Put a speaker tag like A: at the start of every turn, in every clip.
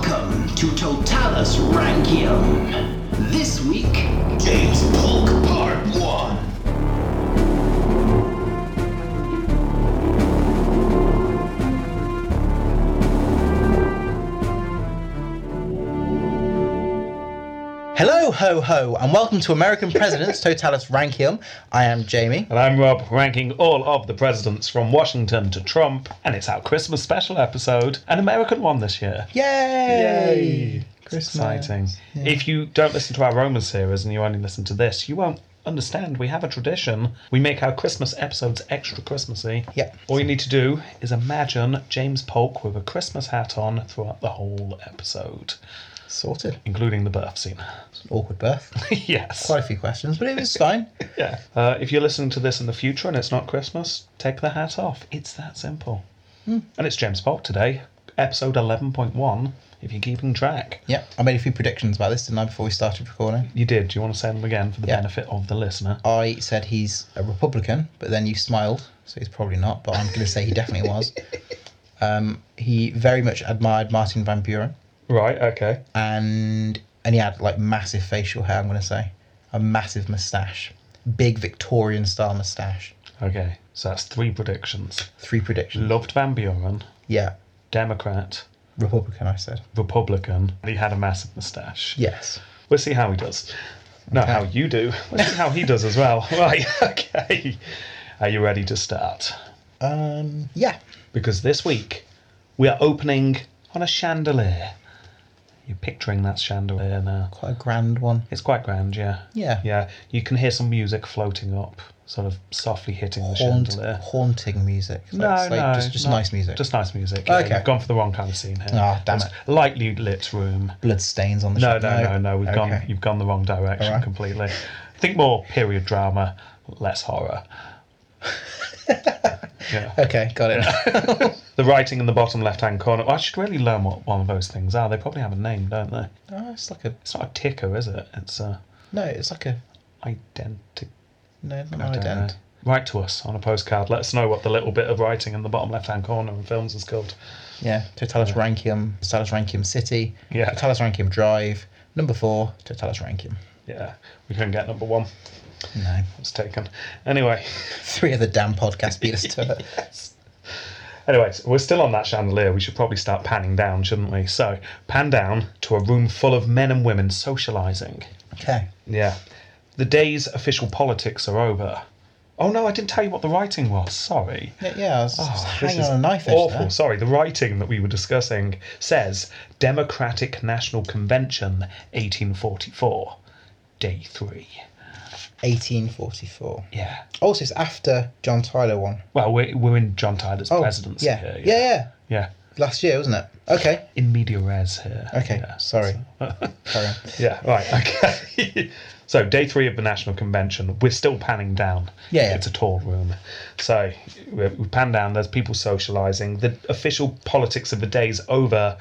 A: to Totalis Rankium. This week, James Polk Part 1.
B: Hello, ho, ho, and welcome to American Presidents Totalis Rankium. I am Jamie.
C: And I'm Rob, ranking all of the presidents from Washington to Trump, and it's our Christmas special episode, an American one this year.
B: Yay!
C: It's exciting. If you don't listen to our Roma series and you only listen to this, you won't understand. We have a tradition. We make our Christmas episodes extra Christmassy.
B: Yep.
C: All you need to do is imagine James Polk with a Christmas hat on throughout the whole episode,
B: Sorted.
C: including the birth scene.
B: It's an awkward birth.
C: yes.
B: Quite a few questions, but it was fine.
C: Yeah. Uh, if you're listening to this in the future and it's not Christmas, take the hat off. It's that simple. And it's James Polk today, episode 11.1, if you're keeping track.
B: Yep. I made a few predictions about this, didn't I, before we started recording?
C: You did. Do you want to say them again for the
B: Yeah.
C: benefit of the listener?
B: I said he's a Republican, but then you smiled, so he's probably not, but I'm going to say he definitely was. Um, he very much admired Martin Van Buren,
C: Right, okay.
B: and and he had like massive facial hair, I'm going to say. A massive moustache. Big Victorian style moustache.
C: Okay. So that's three predictions.
B: Three predictions.
C: Loved Van Buren,
B: Yeah.
C: Democrat,
B: Republican, I said.
C: Republican. and He had a massive moustache.
B: Yes.
C: We'll see how he does. Not how you do. We'll see how he does as well. Right, okay. Are you ready to start?
B: Um. Yeah.
C: because this week we are opening on a chandelier. You're picturing that chandelier now.
B: Quite a grand one.
C: It's quite grand, yeah.
B: Yeah.
C: Yeah. You can hear some music floating up, sort of softly hitting the
B: Haunt,
C: chandelier.
B: haunting music. Like, it's like just, just
C: no.
B: nice music.
C: Just nice music. yeah.
B: Okay.
C: We've gone for the wrong kind of scene here.
B: Ah, damn
C: It's
B: it.
C: Lightly lit room.
B: blood stains on the.
C: No,
B: shop-
C: no, no, no. We've gone.
B: Okay.
C: You've gone the wrong direction
B: Alright.
C: completely. Think more period drama, less horror. yeah.
B: Okay, got it.
C: The writing in the bottom left hand corner. I should really learn what one of those things are. They probably have a name, don't they?
B: Oh, it's like a
C: It's not a ticker, is it? It's a
B: no. It's like a
C: identity. Uh,
B: no. Not an ident.
C: Write to us on a postcard. Let us know what the little bit of writing in the bottom left hand corner in films is called.
B: Yeah. Totalis Rankium. Totalis Rankium City.
C: Yeah.
B: Totalis Rankium Drive. Number four. Totalis Rankium.
C: Yeah, we couldn't get number one.
B: No.
C: It's taken. Anyway,
B: Three of the damn podcasts beat us to it.
C: anyways, we're still on that chandelier. We should probably start panning down, shouldn't we? So, pan down to a room full of men and women socialising.
B: Okay.
C: Yeah. The day's official politics are over. Oh no, I didn't tell you what the writing was. Sorry.
B: Yeah, yeah I was just
C: Oh, This
B: hanging
C: is
B: on a knife edge
C: awful.
B: there.
C: Sorry, the writing that we were discussing says Democratic National Convention, 1844, day three.
B: 1844.
C: Yeah.
B: Also, Oh, it's after John Tyler one.
C: Well, we're, we're in John Tyler's
B: Oh,
C: presidency
B: yeah.
C: here.
B: yeah,
C: yeah.
B: yeah.
C: Yeah.
B: Last year, wasn't it? Okay.
C: In media res here.
B: Okay.
C: Yeah.
B: Sorry. Carry on.
C: Yeah, right, okay. so, day three of the National Convention, we're still panning down.
B: Yeah, yeah.
C: It's a tall room. So, we we pan down, there's people socialising, the official politics of the day's over,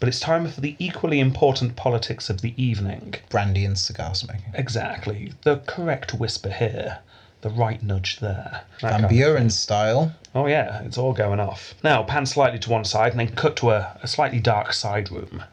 C: but it's time for the equally important politics of the evening.
B: Brandy and cigar smoking.
C: Exactly. The correct whisper here, the right nudge there.
B: Van
C: Okay.
B: Buren style.
C: Oh, yeah, it's all going off. Now, pan slightly to one side and then cut to a, a slightly dark side room.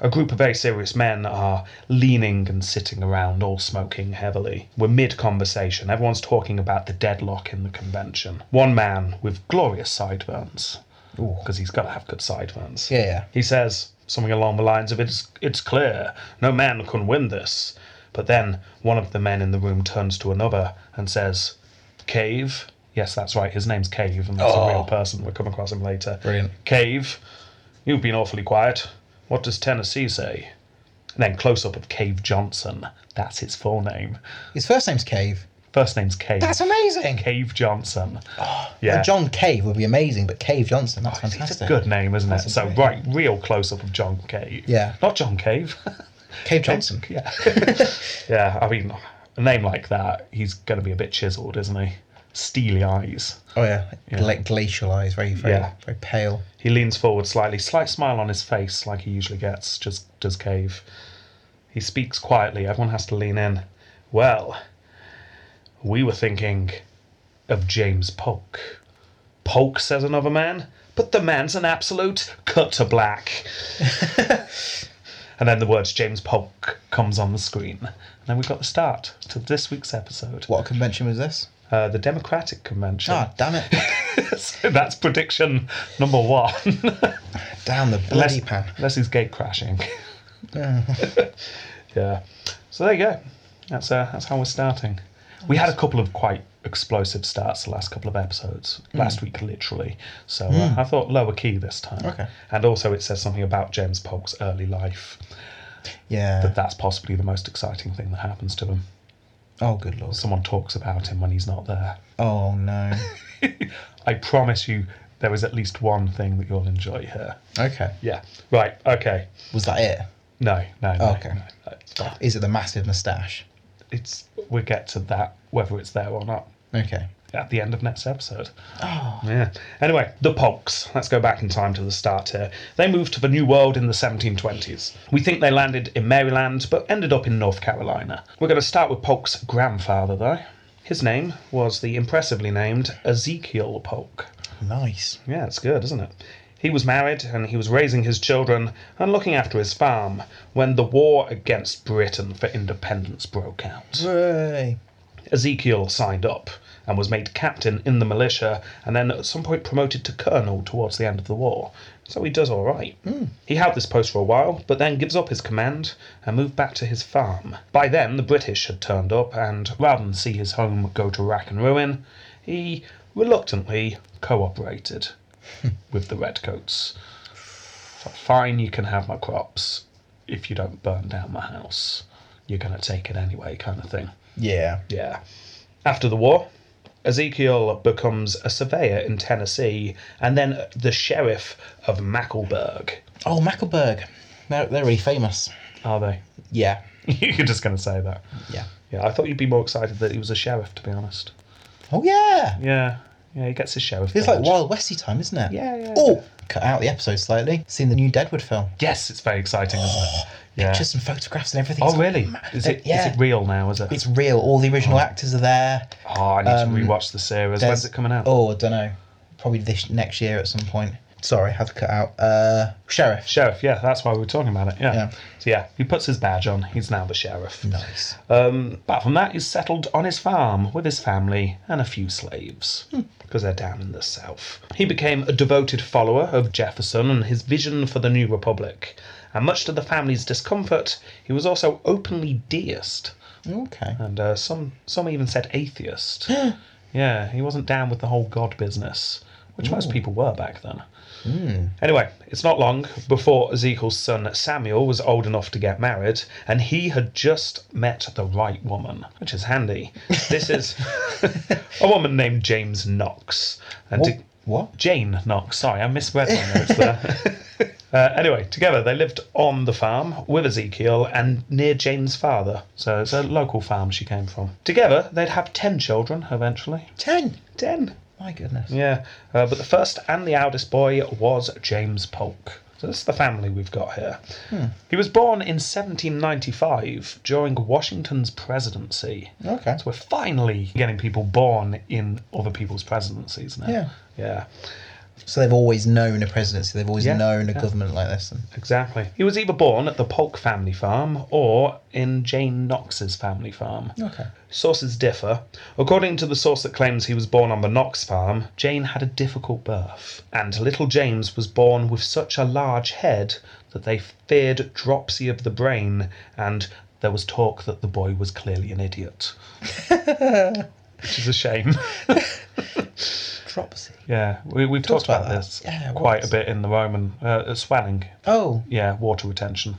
C: A group of very serious men are leaning and sitting around, all smoking heavily. We're mid conversation. Everyone's talking about the deadlock in the convention. One man with glorious sideburns,
B: Ooh.
C: because he's got to have good sideburns.
B: Yeah, yeah.
C: He says something along the lines of, it's, it's clear, no man can win this. But then one of the men in the room turns to another and says, Cave? Yes, that's right, his name's Cave, and that's
B: Oh.
C: a real person. We'll come across him later.
B: Brilliant.
C: Cave, you've been awfully quiet. What does Tennessee say? And then close up of Cave Johnson. That's his full name.
B: His first name's Cave.
C: First name's Cave.
B: That's amazing.
C: Cave Johnson.
B: Well,
C: yeah.
B: Oh, John Cave would be amazing, but Cave Johnson, that's fantastic.
C: It's a good name, isn't it?
B: a
C: So,
B: great
C: right, real close up of John Cave.
B: Yeah.
C: Not John Cave.
B: Cave Johnson.
C: Yeah. yeah, I mean, a name like that, he's going to be a bit chiseled, isn't he? Steely eyes.
B: Oh yeah, like glacial eyes, very, very,
C: Yeah.
B: very pale.
C: He leans forward slightly, slight smile on his face, like he usually gets, just does Cave. He speaks quietly, everyone has to lean in. Well, we were thinking of James Polk. Polk, says another man, but the man's an absolute cut to black. And then the words James Polk comes on the screen. And then we've got the start to this week's episode.
B: What convention was this?
C: Uh, the Democratic Convention.
B: Ah, damn it.
C: so that's prediction number one.
B: Damn the bloody pan.
C: unless he's gate crashing. yeah. So there you go. That's uh, that's how we're starting. We had a couple of quite explosive starts the last couple of episodes
B: Mm.
C: last week, literally. So uh, I thought lower key this time.
B: Okay.
C: And also, it says something about James Polk's early life.
B: Yeah.
C: That's possibly the most exciting thing that happens to him.
B: Oh, good lord.
C: Someone talks about him when he's not there.
B: Oh, no.
C: I promise you, there is at least one thing that you'll enjoy here.
B: Okay.
C: Yeah. Right. Okay.
B: Was that it?
C: No. No. no
B: Okay.
C: no. Uh,
B: Is it the massive moustache?
C: it's we'll get to that whether it's there or not
B: Okay.
C: at the end of next episode. Oh. Yeah. Anyway, the Polks. Let's go back in time to the start here. They moved to the New World in the 1720s. We think they landed in Maryland, but ended up in North Carolina. We're going to start with Polk's grandfather, though. His name was the impressively named Ezekiel Polk.
B: Nice.
C: Yeah, it's good, isn't it? He was married and he was raising his children and looking after his farm when the war against Britain for independence broke out.
B: Hooray.
C: Ezekiel signed up and was made captain in the militia and then at some point promoted to colonel towards the end of the war. So he does all right. He held this post for a while, but then gives up his command and moved back to his farm. By then, the British had turned up, and rather than see his home go to rack and ruin, he reluctantly cooperated with the Redcoats. Fine, you can have my crops if you don't burn down my house. You're going to take it anyway, kind of thing.
B: Yeah.
C: Yeah. After the war, Ezekiel becomes a surveyor in Tennessee and then the sheriff of Mackleburg.
B: Oh, Mackleberg. They're, they're really famous.
C: Are they?
B: Yeah.
C: You're just going to say that.
B: Yeah.
C: Yeah, I thought you'd be more excited that he was a sheriff, to be honest.
B: Oh, yeah.
C: Yeah. Yeah, he gets his sheriff.
B: It's like
C: badge.
B: Wild Westy time, isn't it?
C: Yeah, yeah,
B: Oh, cut out the episode slightly. Seen the new Deadwood film.
C: Yes, it's very exciting, isn't it? Yeah.
B: Pictures and photographs and everything.
C: oh,
B: It's-
C: really? Is it, is
B: yeah.
C: it real now, is it?
B: It's real. All the original actors are there.
C: oh, I need
B: um,
C: to rewatch the series.
B: There's-
C: When's it coming out?
B: Oh, I don't know. Probably this next year at some point. Sorry, had to cut out. Uh, Sheriff.
C: Sheriff, yeah, that's why we were talking about it. Yeah. Mm.
B: Yeah.
C: So, yeah, he puts his badge on. He's now the sheriff.
B: Nice.
C: Um, apart from that, he's settled on his farm with his family and a few slaves because they're down in the south. He became a devoted follower of Jefferson and his vision for the new republic. And much to the family's discomfort, he was also openly deist,
B: Okay.
C: and uh, some some even said atheist. yeah, he wasn't down with the whole god business, which most people were back then. Anyway, it's not long before Ezekiel's son Samuel was old enough to get married, and he had just met the right woman, which is handy. This is a woman named James Knox. And
B: What?
C: to-
B: Oh, what?
C: Jane Knox, sorry, I misread my notes there. Uh, anyway, together they lived on the farm with Ezekiel and near Jane's father. So it's a local farm she came from. Together they'd have 10 children eventually.
B: Ten.
C: 10?
B: My goodness.
C: Yeah, uh, but the first and the eldest boy was James Polk. So this is the family we've got here. He was born in 1795 during Washington's presidency.
B: Okay.
C: So we're finally getting people born in other people's presidencies now.
B: Yeah.
C: Yeah,
B: So they've always known a presidency. They've always
C: Yeah,
B: known a
C: yeah.
B: government like this. And
C: exactly. He was either born at the Polk family farm or in Jane Knox's family farm.
B: okay.
C: Sources differ. According to the source that claims he was born on the Knox farm, Jane had a difficult birth, and little James was born with such a large head that they feared dropsy of the brain, and there was talk that the boy was clearly an idiot. Which is a shame.
B: Dropsy.
C: Yeah, we, we've talked, about,
B: about that.
C: this
B: Yeah, it
C: quite a
B: was.
C: bit in the Roman uh, uh, swelling.
B: Oh.
C: Yeah, water retention.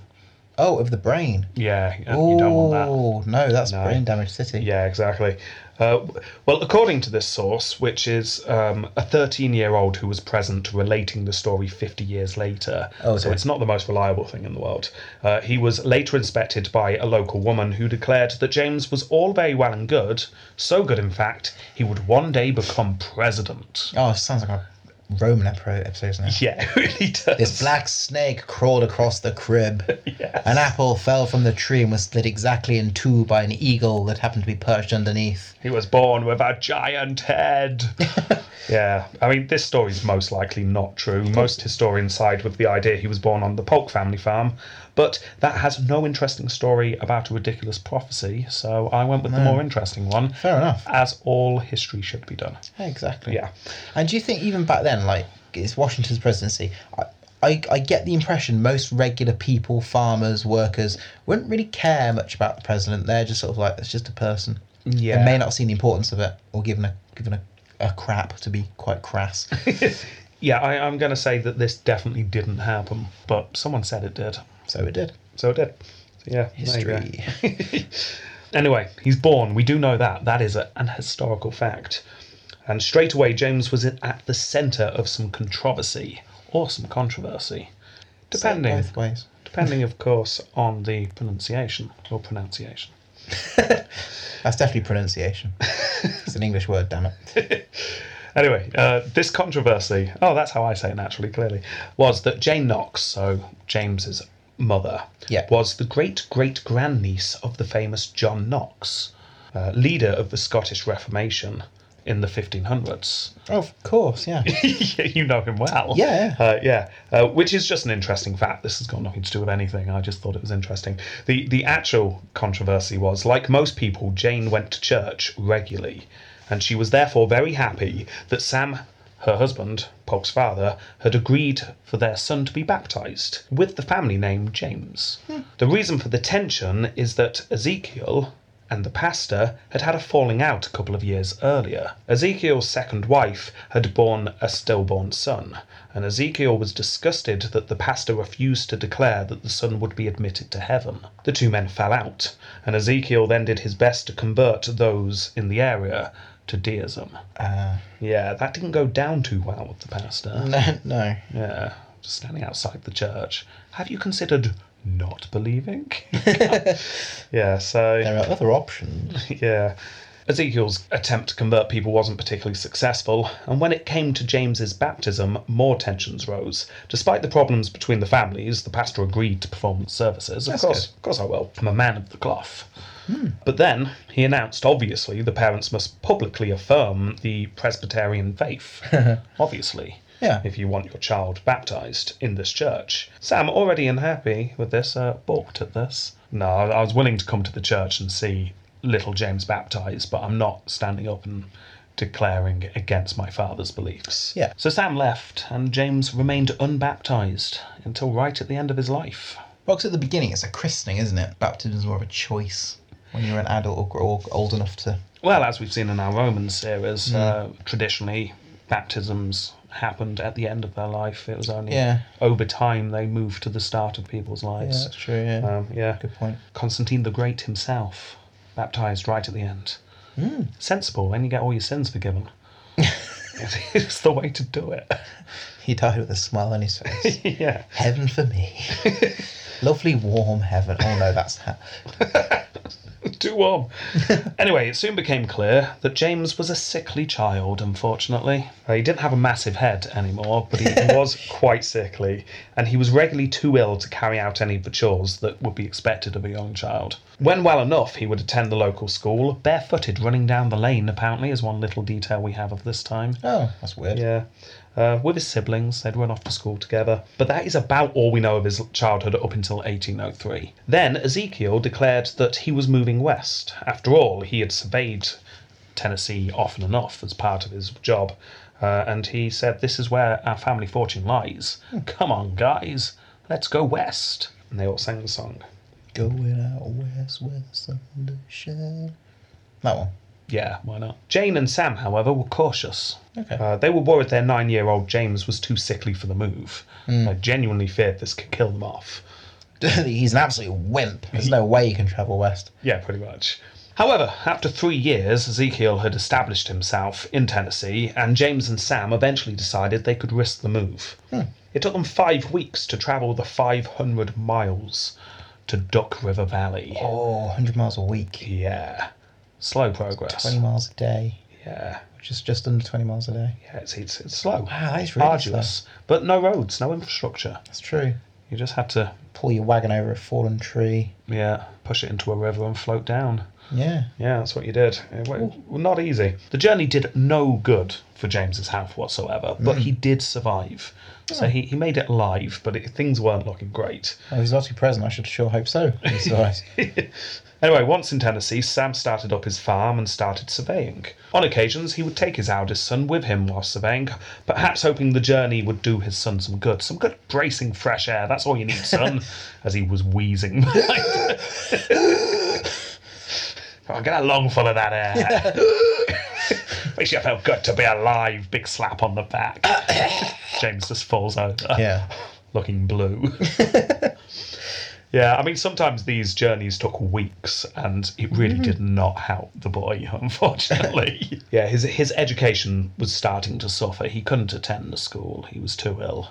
B: Oh, of the brain.
C: Yeah, you
B: Oh
C: you don't want that.
B: no, that's
C: No.
B: brain damage city.
C: Yeah, exactly. Uh, well, according to this source, which is um, a 13 year old who was present relating the story 50 years later,
B: Oh,
C: so
B: dear.
C: it's not the most reliable thing in the world, uh, he was later inspected by a local woman who declared that James was all very well and good, so good, in fact, he would one day become president.
B: Oh, sounds like a Roman episode, episode now.
C: Yeah, it really does.
B: This black snake crawled across the crib.
C: Yes.
B: An apple fell from the tree and was split exactly in two by an eagle that happened to be perched underneath.
C: He was born with a giant head. yeah, I mean, this story's most likely not true. Most historians side with the idea he was born on the Polk family farm, But that has no interesting story about a ridiculous prophecy, so I went with the more interesting one.
B: Fair enough.
C: As all history should be done.
B: Exactly.
C: Yeah.
B: And do you think even back then, like it's Washington's presidency, I, I, I get the impression most regular people, farmers, workers, wouldn't really care much about the president. They're just sort of like it's just a person.
C: Yeah.
B: They may not have seen the importance of it or given a given a, a crap to be quite crass.
C: Yeah, I, I'm going to say that this definitely didn't happen, but someone said it did.
B: so it did.
C: So it did. So yeah, there you go.
B: History.
C: Anyway, he's born. We do know that. That is a, an historical fact. And straight away, James was in- at the centre of some controversy or some controversy, depending,
B: Both ways.
C: depending of course on the pronunciation or pronunciation.
B: That's definitely pronunciation. it's an English word, damn it.
C: Anyway, uh, this controversy, oh, that's how I say it naturally, clearly, was that Jane Knox, so James's mother,
B: Yeah.
C: was the great great grandniece of the famous John Knox, uh, leader of the Scottish Reformation in the 1500s.
B: Of course, yeah.
C: yeah, you know him well.
B: Yeah.
C: Uh, yeah. Uh, which is just an interesting fact. This has got nothing to do with anything. I just thought it was interesting. The the actual controversy was, like most people, Jane went to church regularly, and she was therefore very happy that Sam, her husband, Polk's father, had agreed for their son to be baptized with the family name James. The reason for the tension is that Ezekiel, and the pastor had had a falling out a couple of years earlier. Ezekiel's second wife had borne a stillborn son, and Ezekiel was disgusted that the pastor refused to declare that the son would be admitted to heaven. The two men fell out, and Ezekiel then did his best to convert those in the area to deism.
B: Uh,
C: Yeah, that didn't go down too well with the pastor.
B: no, no.
C: Yeah, just standing outside the church. Have you considered not believing? yeah, so
B: There are other options.
C: yeah. Ezekiel's attempt to convert people wasn't particularly successful, and when it came to James's baptism, more tensions rose. Despite the problems between the families, the pastor agreed to perform the services. Of
B: That's
C: course,
B: good.
C: of course I will. I'm a man of the cloth. But then he announced, obviously, the parents must publicly affirm the Presbyterian faith. obviously.
B: Yeah.
C: If you want your child baptized in this church. Sam, already unhappy with this, uh, balked at this. No, I I was willing to come to the church and see little James baptized, but I'm not standing up and declaring against my father's beliefs.
B: Yeah.
C: So Sam left, and James remained unbaptized until right at the end of his life.
B: Well, 'cause at the beginning, it's a christening, isn't it? Baptism's more of a choice when you're an adult or, gr- or old enough to.
C: Well, as we've seen in our Roman series,
B: Mm.
C: uh, traditionally baptisms happened at the end of their life. It was only
B: Yeah.
C: over time they moved to the start of people's lives.
B: true. Yeah.
C: Um, yeah.
B: Good point.
C: Constantine the Great himself, baptized right at the end.
B: Mm.
C: Sensible, then you get all your sins forgiven. it's the way to do it.
B: He died with a smile on his face.
C: yeah.
B: heaven for me. Lovely warm heaven. Oh no, that's ha-
C: Too warm. anyway, it soon became clear that James was a sickly child, unfortunately. Uh, He didn't have a massive head anymore, but he was quite sickly, and he was regularly too ill to carry out any of the chores that would be expected of a young child. When well enough, he would attend the local school, barefooted, running down the lane, apparently, is one little detail we have of this time.
B: oh, that's weird.
C: Yeah. Uh, with his siblings, they'd run off to school together. But that is about all we know of his childhood up until 1803. Then Ezekiel declared that he was moving west. After all, he had surveyed Tennessee often enough as part of his job. Uh, and he said, This is where our family fortune lies. Come on, guys, let's go west. And they all sang the song.
B: Going out west, west under shade. That one.
C: Yeah, why not? Jane and Sam, however, were cautious.
B: Okay.
C: Uh, they were worried their nine year old James was too sickly for the move. They genuinely feared this could kill them off.
B: He's an absolute wimp. There's no way he can travel west.
C: Yeah, pretty much. However, after three years, Ezekiel had established himself in Tennessee, and James and Sam eventually decided they could risk the move. It took them five weeks to travel the 500 miles to Duck River Valley.
B: Oh, 100 miles a week,
C: Yeah. Slow progress.
B: 20 miles a day,
C: Yeah.
B: which is just under 20 miles a day.
C: yeah it's, it's, it's slow.
B: Wow, that is really
C: Arduous. But no roads, no infrastructure.
B: That's true.
C: You just had to,
B: Pull your wagon over a fallen tree.
C: yeah, push it into a river and float down.
B: Yeah.
C: Yeah, that's what you did. It wa- well, not
B: Mm.
C: easy. The journey did no good for James's health whatsoever, but he did survive.
B: Oh.
C: So he, he made it alive, but it, things weren't looking great.
B: Well, he's obviously present. I should sure hope so. He survives.
C: Anyway, once in Tennessee, Sam started up his farm and started surveying. On occasions, he would take his eldest son with him while surveying, perhaps hoping the journey would do his son some good. Some good bracing fresh air, that's all you need, son, as he was wheezing. behind. oh, get a lungful of that air. Makes you feel good to be alive. Big slap on the back. James just falls over
B: yeah.
C: looking blue. yeah, I mean, sometimes these journeys took weeks, and it really did not help the boy, unfortunately. yeah, his, his education was starting to suffer. He couldn't attend the school, he was too ill.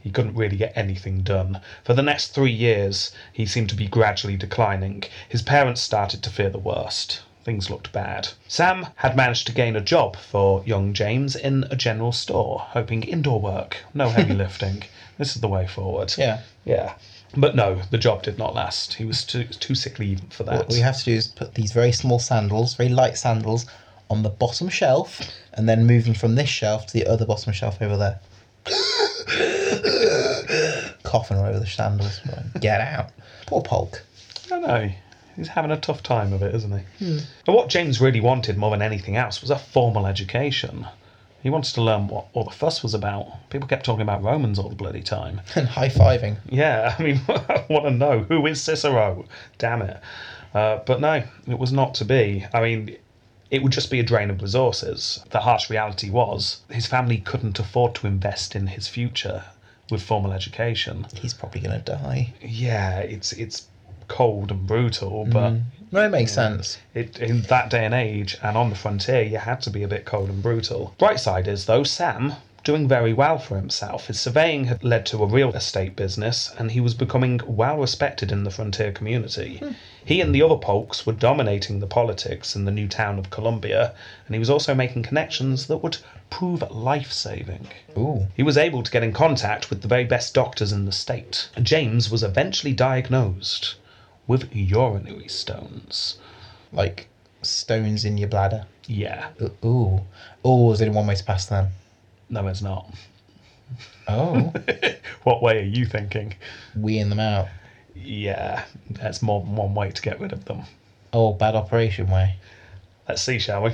C: He couldn't really get anything done. For the next three years, he seemed to be gradually declining. His parents started to fear the worst. Things looked bad. Sam had managed to gain a job for young James in a general store, hoping indoor work, no heavy lifting. This is the way forward.
B: Yeah.
C: Yeah. But no, the job did not last. He was too, too sickly even for that.
B: What we have to do is put these very small sandals, very light sandals, on the bottom shelf, and then move them from this shelf to the other bottom shelf over there. Coughing all over the sandals. Get out. Poor Polk.
C: I know. He's having a tough time of it, isn't he? And what James really wanted more than anything else was a formal education. He wanted to learn what all the fuss was about. People kept talking about Romans all the bloody time.
B: And high fiving.
C: Yeah, I mean, I want to know who is Cicero? Damn it. Uh, but no, it was not to be. I mean, it would just be a drain of resources. The harsh reality was his family couldn't afford to invest in his future with formal education.
B: He's probably going to die.
C: Yeah, it's it's cold and brutal, but
B: No, it makes sense.
C: it, in that day and age and on the frontier, you had to be a bit cold and brutal. Bright side is, though, Sam doing very well for himself. His surveying had led to a real estate business and he was becoming well respected in the frontier community. He and the other Polks were dominating the politics in the new town of Columbia and he was also making connections that would prove life saving.
B: Ooh.
C: He was able to get in contact with the very best doctors in the state. James was eventually diagnosed with urinary stones.
B: Like stones in your bladder.
C: Yeah,
B: Ooh. Ooh, there's only one way to pass them.
C: no, it's not.
B: Oh.
C: What way are you thinking?
B: weeing them out.
C: Yeah, that's more than one way to get rid of them.
B: Oh, bad operation way.
C: Let's see, shall we?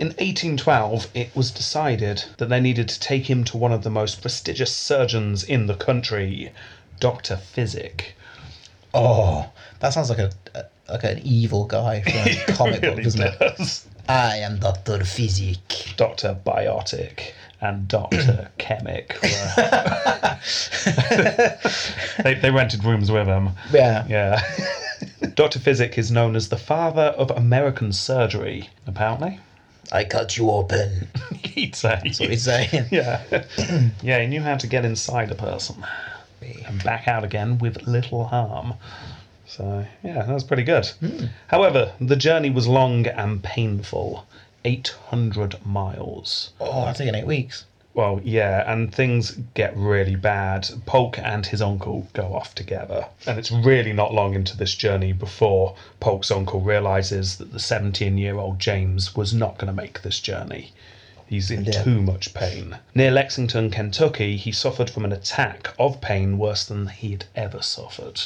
C: In 1812, it was decided that they needed to take him to one of the most prestigious surgeons in the country, Dr. Physic.
B: Oh, that sounds like a, a like an evil guy from a comic book, doesn't it?
C: does.
B: I am Doctor Physic.
C: Dr. Biotic and Dr. Chemic. were- they, they rented rooms with him.
B: Yeah.
C: Yeah. Dr. Physic is known as the father of American surgery, apparently.
B: I cut you open.
C: He'd say.
B: He's saying.
C: Yeah. yeah, he knew how to get inside a person and back out again with little harm. So, yeah, that was pretty good. However, the journey was long and painful 800 miles.
B: Oh, I'm taking eight weeks.
C: Well, yeah, and things get really bad. Polk and his uncle go off together. And it's really not long into this journey before Polk's uncle realizes that the 17 year old James was not going to make this journey. He's in
B: Yeah.
C: too much pain. Near Lexington, Kentucky, he suffered from an attack of pain worse than he had ever suffered.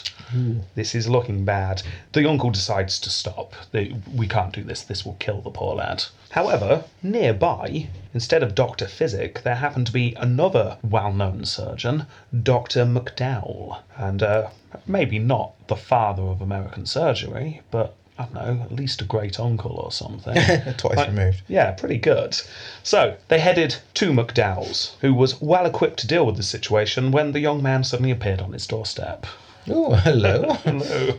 C: This is looking bad. The uncle decides to stop. The- We can't do this. This will kill the poor lad. However, nearby, instead of Dr. Physic, there happened to be another well known surgeon, Dr. McDowell. And uh, maybe not the father of American surgery, but I don't know, at least a great uncle or something.
B: Twice removed.
C: Yeah, pretty good. So they headed to McDowell's, who was well equipped to deal with the situation when the young man suddenly appeared on his doorstep.
B: Oh, hello.
C: Hello.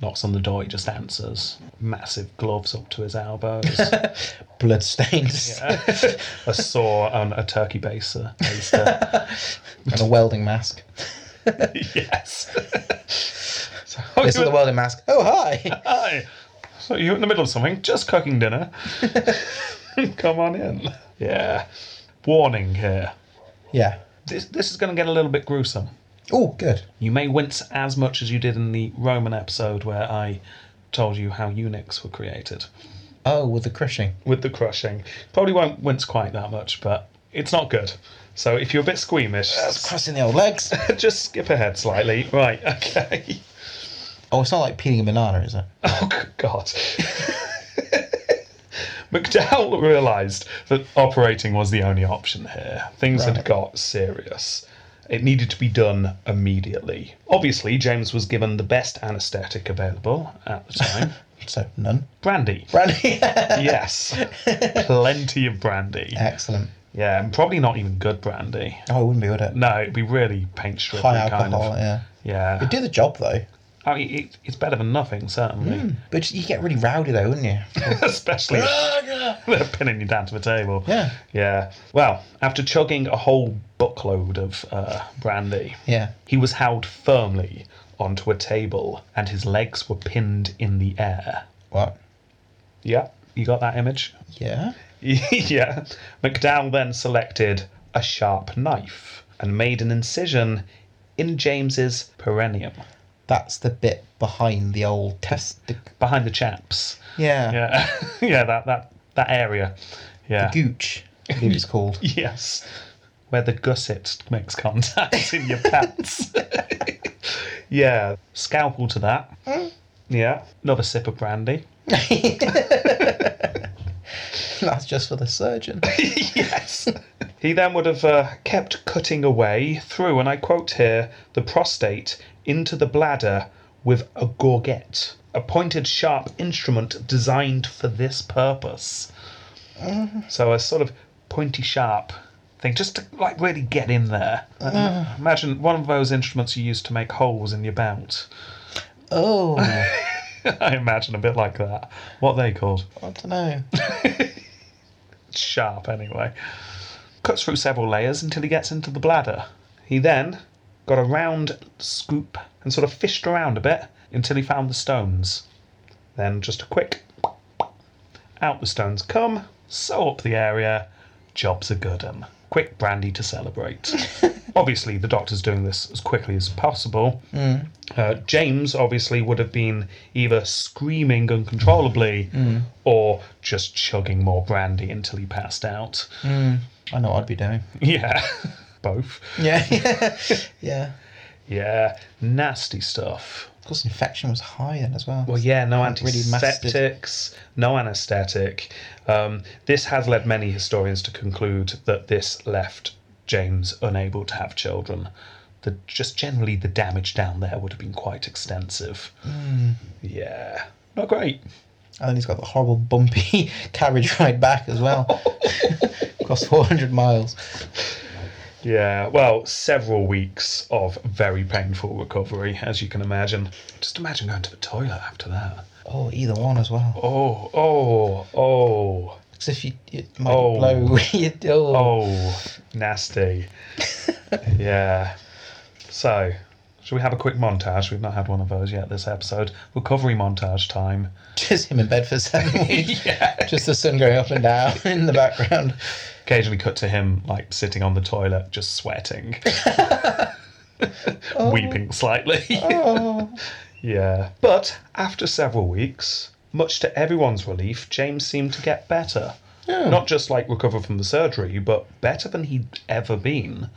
C: Knocks on the door, he just answers. Massive gloves up to his elbows,
B: Bloodstains
C: a saw, and a turkey baser. baster.
B: and a welding mask.
C: yes. so,
B: This is the welding mask. Oh, hi.
C: Hi. So you're in the middle of something, just cooking dinner. Come on in. Yeah. Warning here.
B: Yeah.
C: This, this is going to get a little bit gruesome.
B: Oh, good.
C: You may wince as much as you did in the Roman episode where I told you how eunuchs were created
B: Oh, with the crushing.
C: with the crushing. Probably won't wince quite that much, but It's not good. So if you're a bit squeamish,
B: That's crossing the old legs.
C: just skip ahead slightly. Right, okay.
B: Oh, it's not like peeling a banana, is it?
C: Oh, good God. McDowell realised that operating was the only option here. Things had
B: Right.
C: got serious. It needed to be done immediately. Obviously, James was given the best anaesthetic available at the time
B: So none.
C: brandy.
B: Brandy.
C: Yes. Plenty of brandy.
B: Excellent.
C: Yeah, and probably not even good brandy.
B: Oh, it wouldn't be, would it?
C: No, it'd be really paint strip
B: High
C: kind
B: alcohol.
C: of.
B: Yeah.
C: Yeah.
B: Do the job though.
C: I mean, it, it's better than nothing, certainly.
B: But you get really rowdy though, wouldn't you?
C: Especially they're pinning you down to the table.
B: Yeah.
C: Yeah. Well, after chugging a whole buckload of uh, brandy,
B: yeah.
C: he was held firmly onto a table and his legs were pinned in the air.
B: What?
C: Yeah. You got that image?
B: Yeah.
C: yeah. McDowell then selected a sharp knife and made an incision in James's perineum
B: That's the bit behind the old testic.
C: behind the chaps.
B: Yeah.
C: Yeah. yeah, that, that, that area. Yeah.
B: Gooch. I believe it's called.
C: Yes. Where the gusset makes contact in your pants. yeah. Scalpel to that. Yeah. Another sip of brandy.
B: That's just for the surgeon.
C: yes. He then would have uh, kept cutting away through, and I quote here, the prostate into the bladder with a gorget, a pointed, sharp instrument designed for this purpose. So a sort of pointy, sharp thing, just to like really get in there. Imagine one of those instruments you use to make holes in your belt.
B: Oh, I
C: I imagine a bit like that. What are they called?
B: don't know.
C: sharp anyway. Cuts through several layers until he gets into the bladder. He then got a round scoop and sort of fished around a bit until he found the stones. Then just a quick out the stones come, sew up the area, job's a good un. Quick brandy to celebrate. obviously, the doctor's doing this as quickly as possible. Uh, James obviously would have been either screaming uncontrollably or just chugging more brandy until he passed out.
B: I know what I'd be doing.
C: Yeah, both.
B: Yeah. yeah.
C: Yeah, nasty stuff.
B: Of course, infection was high then as well.
C: Well, yeah, no
B: really mastered.
C: antiseptics, no anaesthetic. Um, this has led many historians to conclude that this left James unable to have children. The, just generally, the damage down there would have been quite extensive. Hmm. Yeah, not great.
B: And then he's got the horrible bumpy carriage ride back as well. Across 400 miles.
C: Yeah, well, several weeks of very painful recovery, as you can imagine. Just imagine going to the toilet after that.
B: Oh, either one as well.
C: Oh, oh, oh.
B: Because if you, it might
C: Oh.
B: blow. you oh.
C: Oh, nasty. yeah. So, shall we have a quick montage? We've not had one of those yet this episode. Recovery montage time.
B: Just him in bed for seven weeks.
C: yeah.
B: Just the sun going up and down in the background.
C: Occasionally cut to him, like, sitting on the toilet, just sweating, weeping slightly.
B: Oh.
C: yeah. But after several weeks, much to everyone's relief, James seemed to get better. Not just like recover from the surgery, but better than he'd ever been.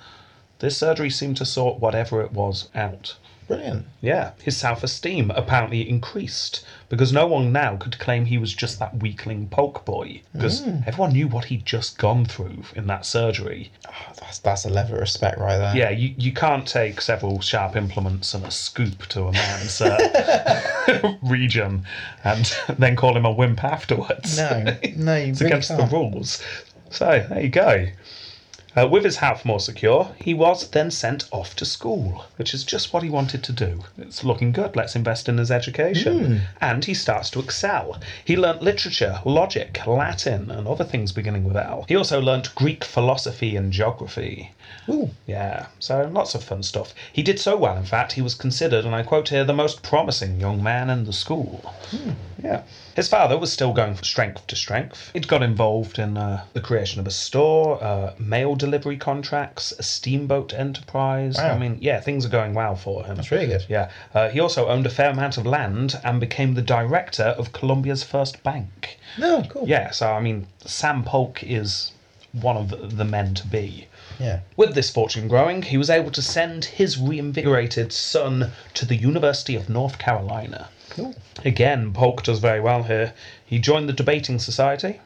C: This surgery seemed to sort whatever it was out.
B: Brilliant.
C: Yeah, his self esteem apparently increased because no one now could claim he was just that weakling poke boy because everyone knew what he'd just gone through in that surgery.
B: Oh, that's, that's a level of respect right there.
C: Yeah, you, you can't take several sharp implements and a scoop to a man's uh, region and then call him a wimp afterwards.
B: No, no, you
C: it's
B: really
C: against
B: can't.
C: the rules. So there you go. Uh, with his health more secure, he was then sent off to school, which is just what he wanted to do. It's looking good. Let's invest in his education.
B: Hmm.
C: And he starts to excel. He learnt literature, logic, Latin, and other things beginning with L. He also learnt Greek philosophy and geography.
B: Ooh.
C: Yeah, so lots of fun stuff. He did so well, in fact, he was considered, and I quote here, the most promising young man in the school.
B: Hmm.
C: Yeah. His father was still going from strength to strength. He'd got involved in uh, the creation of a store, uh, mail delivery contracts, a steamboat enterprise. I
B: Wow.
C: mean, yeah, things are going well for him.
B: That's really good.
C: Yeah. Uh, he also owned a fair amount of land and became the director of Colombia's first bank.
B: No, cool.
C: Yeah, so I mean, Sam Polk is one of the men to be.
B: Yeah.
C: With this fortune growing, he was able to send his reinvigorated son to the University of North Carolina.
B: Cool.
C: Again, Polk does very well here. He joined the Debating Society,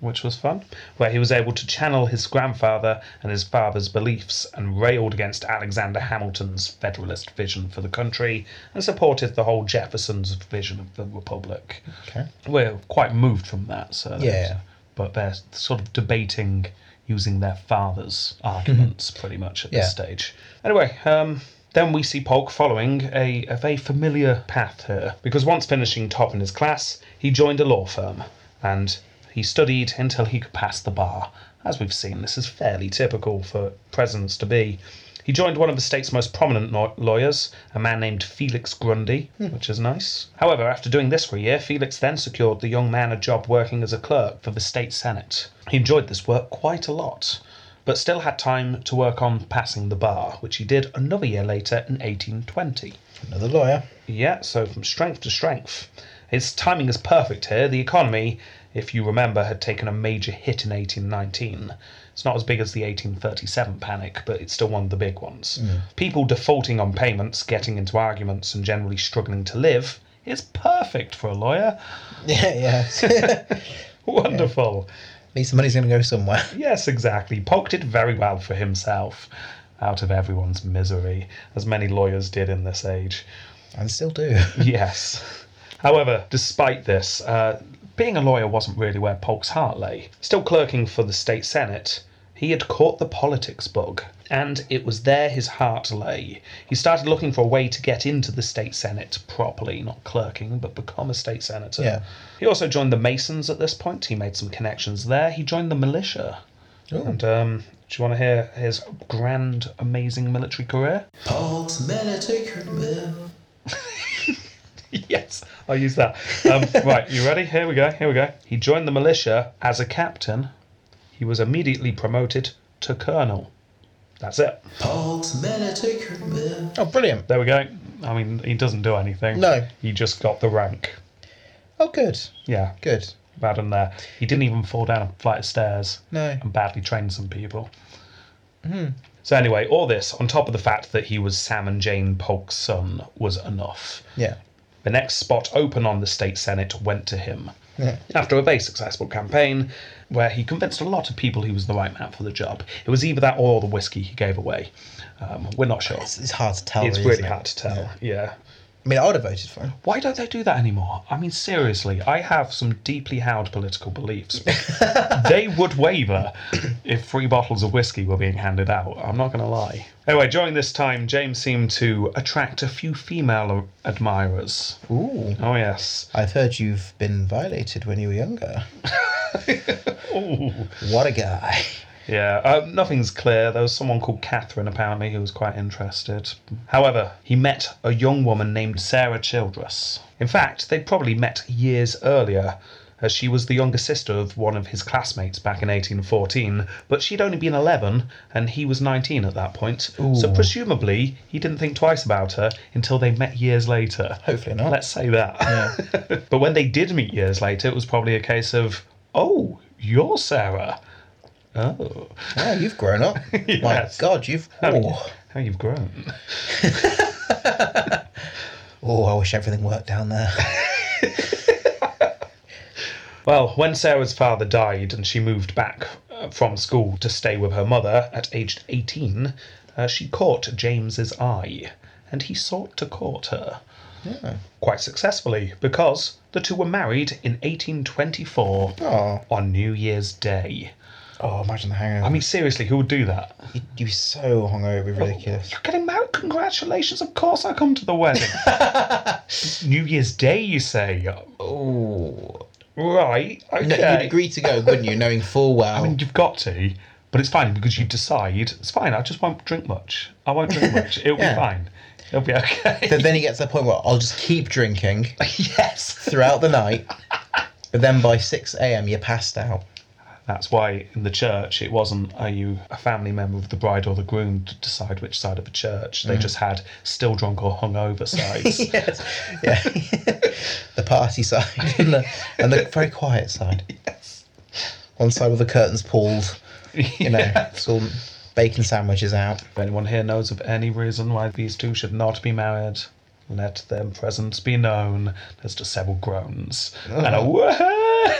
C: which was fun, where he was able to channel his grandfather and his father's beliefs and railed against Alexander Hamilton's Federalist vision for the country and supported the whole Jefferson's vision of the Republic.
B: Okay.
C: We're quite moved from that, so that's-
B: Yeah.
C: But they're sort of debating using their father's arguments pretty much at
B: Mm-hmm. Yeah.
C: this stage. Anyway, um, then we see Polk following a, a very familiar path here, because once finishing top in his class, he joined a law firm and he studied until he could pass the bar. As we've seen, this is fairly typical for presidents to be. He joined one of the state's most prominent law- lawyers, a man named Felix Grundy, which is nice. However, after doing this for a year, Felix then secured the young man a job working as a clerk for the state senate. He enjoyed this work quite a lot but still had time to work on passing the bar, which he did another year later in 1820.
B: Another lawyer.
C: Yeah, so from strength to strength. His timing is perfect here. The economy, if you remember, had taken a major hit in 1819. It's not as big as the 1837 panic, but it's still one of the big ones. People defaulting on payments, getting into arguments, and generally struggling to live is perfect for a lawyer.
B: Yeah, yeah. At
C: Wonderful.
B: least the money's going to go somewhere.
C: Yes, exactly. Polk did very well for himself out of everyone's misery, as many lawyers did in this age.
B: And still do.
C: Yes. However, despite this, uh, being a lawyer wasn't really where Polk's heart lay. Still clerking for the state senate, he had caught the politics bug, and it was there his heart lay. He started looking for a way to get into the state senate properly, not clerking, but become a state senator.
B: Yeah.
C: He also joined the Masons at this point. He made some connections there. He joined the militia. And um, do you want to hear his grand, amazing military career?
A: Paul's military career.
C: yes, I'll use that. Um, right, you ready? Here we go. Here we go. He joined the militia as a captain. He was immediately promoted to colonel. That's it.
A: Paul's military career.
B: Oh, brilliant.
C: There we go. I mean, he doesn't do anything.
B: No.
C: He just got the rank.
B: Oh, good.
C: Yeah,
B: Good.
C: bad and there. He didn't even fall down a flight of stairs.
B: No. Hmm.
C: and badly trained some people. So anyway, all this on top of the fact that he was Sam and Jane Polk's son was enough.
B: Yeah.
C: The next spot open on the state senate went to him.
B: Yeah.
C: After a very successful campaign, where he convinced a lot of people he was the right man for the job, it was either that or the whiskey he gave away. Um, we're not sure.
B: It's, it's hard to tell.
C: It's
B: really,
C: really
B: isn't it?
C: hard to tell. yeah.
B: I mean, I would have voted for him.
C: Why don't they do that anymore? I mean, seriously, I have some deeply howled political beliefs. they would waver if free bottles of whiskey were being handed out. I'm not going to lie. Anyway, during this time, James seemed to attract a few female admirers.
B: Ooh.
C: Oh, yes.
B: I've heard you've been violated when you were younger.
C: Ooh.
B: What a guy.
C: Yeah, um, nothing's clear. There was someone called Catherine, apparently, who was quite interested. However, he met a young woman named Sarah Childress. In fact, they probably met years earlier, as she was the younger sister of one of his classmates back in 1814, but she'd only been 11 and he was 19 at that point. So,
B: Ooh.
C: presumably, he didn't think twice about her until they met years later.
B: Hopefully not.
C: Let's say that. but when they did meet years later, it was probably a case of, oh, you're Sarah. Oh.
B: Oh, you've grown up. My
C: Yes.
B: God, you've. Oh.
C: How you've grown.
B: oh, I wish everything worked down there.
C: Well, when Sarah's father died and she moved back uh, from school to stay with her mother at aged 18, uh, she caught James's eye and he sought to court her. Quite successfully, because the two were married in 1824
B: Oh.
C: on New Year's Day.
B: Oh, imagine the hangover.
C: I Oh. mean, seriously, who would do that?
B: you'd be so hungover, it'd be ridiculous.
C: You're getting married? Congratulations, of course I come to the wedding. New Year's Day, you say?
B: Oh.
C: Right, okay.
B: No, You'd agree to go, wouldn't you? Knowing full well.
C: I mean, you've got to, but it's fine because you decide it's fine. I just won't drink much. I won't drink much. It'll
B: Yeah.
C: be fine. It'll be okay.
B: but then it gets to the point where I'll just keep drinking
C: yes.
B: throughout the night. But then by 6 a.m., you're passed out.
C: That's why in the church it wasn't are you a family member of the bride or the groom to decide which side of the church.
B: Mm.
C: They just had still drunk or hungover sides.
B: yes. Yeah. the party side and the, and the very quiet side. One side with the curtains pulled. You know,
C: Yeah.
B: it's all bacon sandwiches out.
C: If anyone here knows of any reason why these two should not be married, let them presence be known. There's just several groans and a "Whoa!"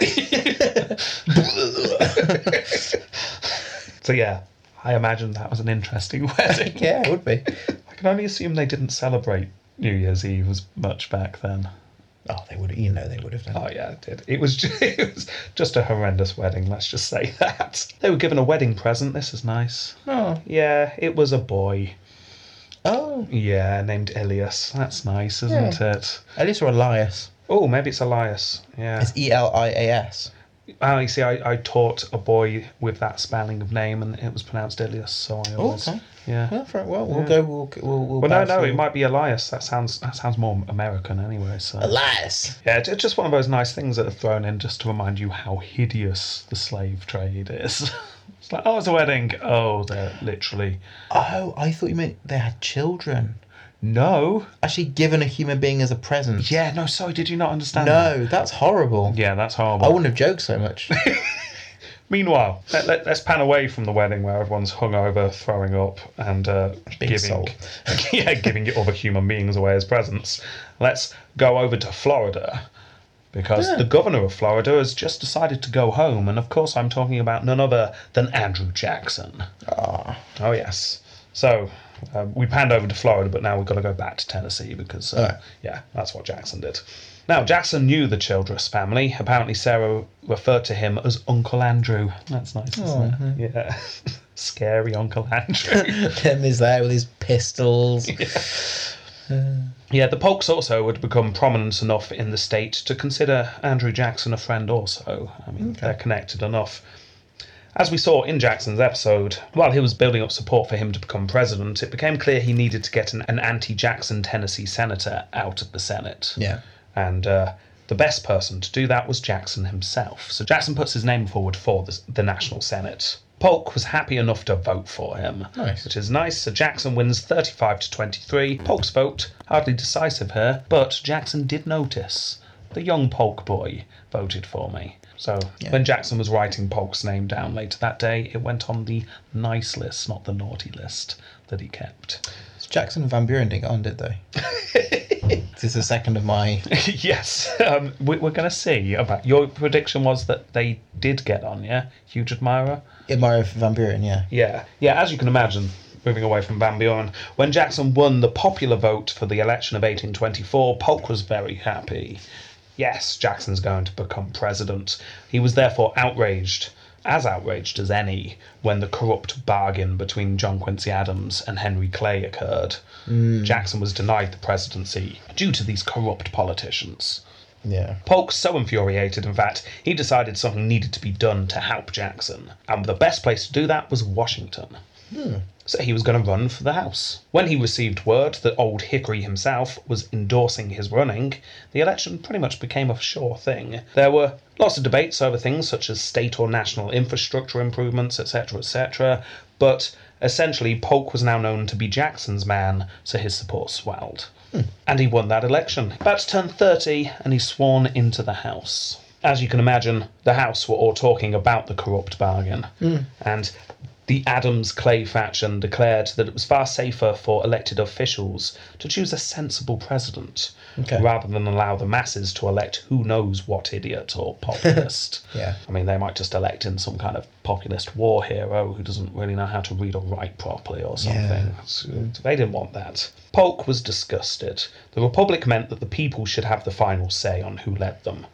C: so yeah, I imagine that was an interesting wedding.
B: Yeah, it would be.
C: I can only assume they didn't celebrate New Year's Eve as much back then.
B: Oh, they would. You know, they would have done.
C: Oh yeah, it did. It was just, it was just a horrendous wedding. Let's just say that they were given a wedding present. This is nice.
B: Oh,
C: Yeah, it was a boy.
B: oh,
C: Yeah, named Elias. That's nice, isn't it?
B: Elias or Elias?
C: Oh, maybe it's Elias. Yeah.
B: It's E L I A S.
C: Oh, you see, I, I taught a boy with that spelling of name, and it was pronounced Elias. So I always.
B: Oh, okay.
C: Uh-huh. Yeah.
B: Well, for, well, we'll go. We'll we'll. we'll
C: Well, no,
B: bounce
C: no,
B: through.
C: it might be Elias. That sounds that sounds more American anyway. So.
B: Elias.
C: Yeah, it's just one of those nice things that are thrown in just to remind you how hideous the slave trade is. it's like, oh, it's a wedding. Oh, they're literally.
B: Oh, I thought you meant they had children.
C: No.
B: Actually, given a human being as a present.
C: Yeah, no, sorry, did you not understand?
B: No,
C: that?
B: Oh, that's horrible.
C: Yeah, that's horrible.
B: I wouldn't have joked so much.
C: Meanwhile, let, let, us pan away from the wedding where everyone's hungover, throwing up, and uh,
B: Being
C: giving,
B: sold.
C: yeah, giving other human beings away as presents. Let's go over to Florida because
B: Yeah.
C: the governor of Florida has just decided to go home, and of course, I'm talking about none other than Andrew Jackson.
B: Ah,
C: Oh yes. So uh, we panned over to Florida, but now we've got to go back to Tennessee because uh,
B: Alright.
C: yeah, that's what Jackson did. Now Jackson knew the Childress family. Apparently Sarah referred to him as Uncle Andrew. That's nice, isn't it? Yeah. Scary Uncle Andrew.
B: Tim is there with his pistols.
C: yeah, the Polks also had become prominent enough in the state to consider Andrew Jackson a friend also. I mean, they're connected enough. As we saw in Jackson's episode, while he was building up support for him to become president, it became clear he needed to get an, an anti Jackson Tennessee senator out of the Senate.
B: Yeah.
C: And uh, the best person to do that was Jackson himself. So Jackson puts his name forward for the, the National Senate. Polk was happy enough to vote for him,
B: Nice.
C: which is nice. So Jackson wins 35 to 23. Polk's vote, hardly decisive here, but Jackson did notice. The young Polk boy voted for me. So when Jackson was writing Polk's name down later that day, it went on the nice list, not the naughty list that he kept.
B: So Jackson and Van Buren didn't get on, did they? this is the second of my.
C: Yes, um, we, we're going to see about your prediction was that they did get on. Yeah, huge admirer.
B: Admirer of Van Buren, yeah.
C: Yeah, yeah. As you can imagine, moving away from Van Buren, when Jackson won the popular vote for the election of 1824, Polk was very happy. Yes, Jackson's going to become president. He was therefore outraged, as outraged as any, when the corrupt bargain between John Quincy Adams and Henry Clay occurred. Jackson was denied the presidency due to these corrupt politicians.
B: Yeah.
C: Polk so infuriated, in fact, he decided something needed to be done to help Jackson. And the best place to do that was Washington. So he was going to run for the House. When he received word that Old Hickory himself was endorsing his running, the election pretty much became a sure thing. There were lots of debates over things such as state or national infrastructure improvements, etc., etc., but essentially Polk was now known to be Jackson's man, so his support swelled. And he won that election. About to turn 30, and he's sworn into the House. As you can imagine, the House were all talking about the corrupt bargain.
B: Hmm.
C: And the Adams Clay faction declared that it was far safer for elected officials to choose a sensible president
B: Okay.
C: rather than allow the masses to elect who knows what idiot or populist.
B: Yeah.
C: I mean, they might just elect in some kind of populist war hero who doesn't really know how to read or write properly or something. That's- They didn't want that. Polk was disgusted. The Republic meant that the people should have the final say on who led them.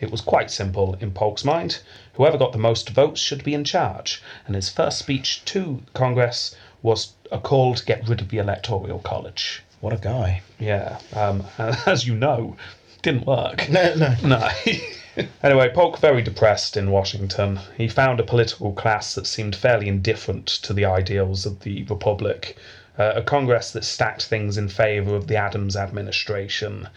C: It was quite simple in Polk's mind. Whoever got the most votes should be in charge. And his first speech to Congress was a call to get rid of the Electoral College.
B: What a guy.
C: Yeah, um, as you know, didn't work.
B: No, no.
C: No. anyway, Polk very depressed in Washington. He found a political class that seemed fairly indifferent to the ideals of the Republic, uh, a Congress that stacked things in favour of the Adams administration.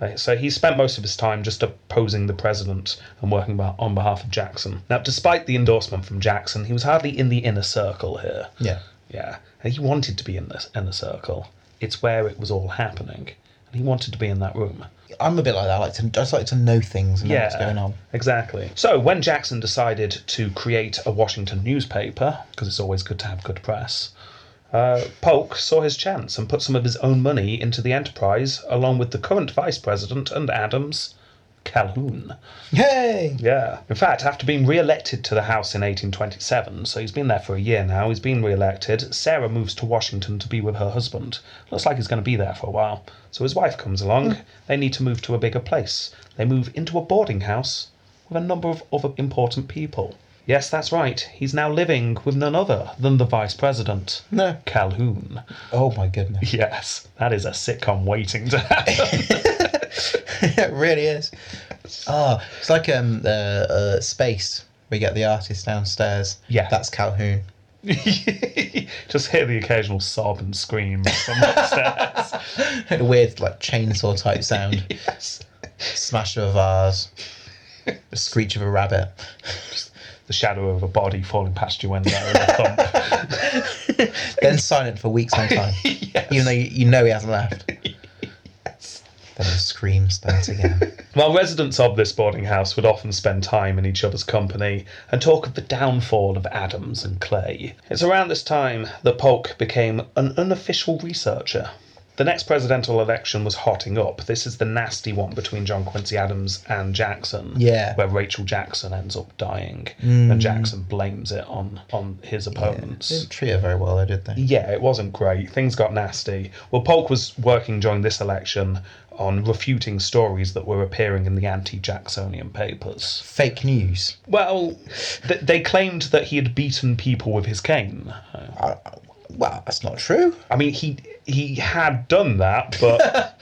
C: Uh, So he spent most of his time just opposing the president and working beh- on behalf of Jackson. Now, despite the endorsement from Jackson, he was hardly in the inner circle here.
B: Yeah.
C: Yeah, and he wanted to be in this inner circle. It's where it was all happening, and he wanted to be in that room.
B: I'm a bit like that. I like to I just like to know things and know what's going on.
C: Exactly. So when Jackson decided to create a Washington newspaper, because it's always good to have good press, uh, Polk saw his chance and put some of his own money into the enterprise, along with the current vice president and Adams, Calhoun.
B: Yay!
C: Yeah. In fact, after being re elected to the House in 1827, so he's been there for a year now, he's been re elected, Sarah moves to Washington to be with her husband. Looks like he's going to be there for a while. So his wife comes along. They need to move to a bigger place. They move into a boarding house with a number of other important people. Yes, that's right. He's now living with none other than the vice president,
B: No.
C: Calhoun.
B: Oh my goodness.
C: Yes, that is a sitcom waiting to happen.
B: it really is. Oh, it's like um the uh, space. We get the artist downstairs.
C: Yeah.
B: That's Calhoun.
C: Just hear the occasional sob and scream from upstairs.
B: A weird like chainsaw type sound.
C: yes.
B: Smash of a vase. The screech of a rabbit.
C: the shadow of a body falling past your window and a thump.
B: Then silent for weeks on time. Even though you, you know he hasn't left. Then the scream starts again.
C: While residents of this boarding house would often spend time in each other's company and talk of the downfall of Adams and Clay, it's around this time that Polk became an unofficial researcher. The next presidential election was hotting up. This is the nasty one between John Quincy Adams and Jackson.
B: Yeah.
C: Where Rachel Jackson ends up dying and Jackson blames it on, on his opponents.
B: Didn't treat her very well, though, did they?
C: Yeah, it wasn't great. Things got nasty. Well, Polk was working during this election on refuting stories that were appearing in the anti Jacksonian papers.
B: Fake news.
C: Well, th- they claimed that he had beaten people with his cane.
B: Well, that's not true.
C: I mean, he he had done that, but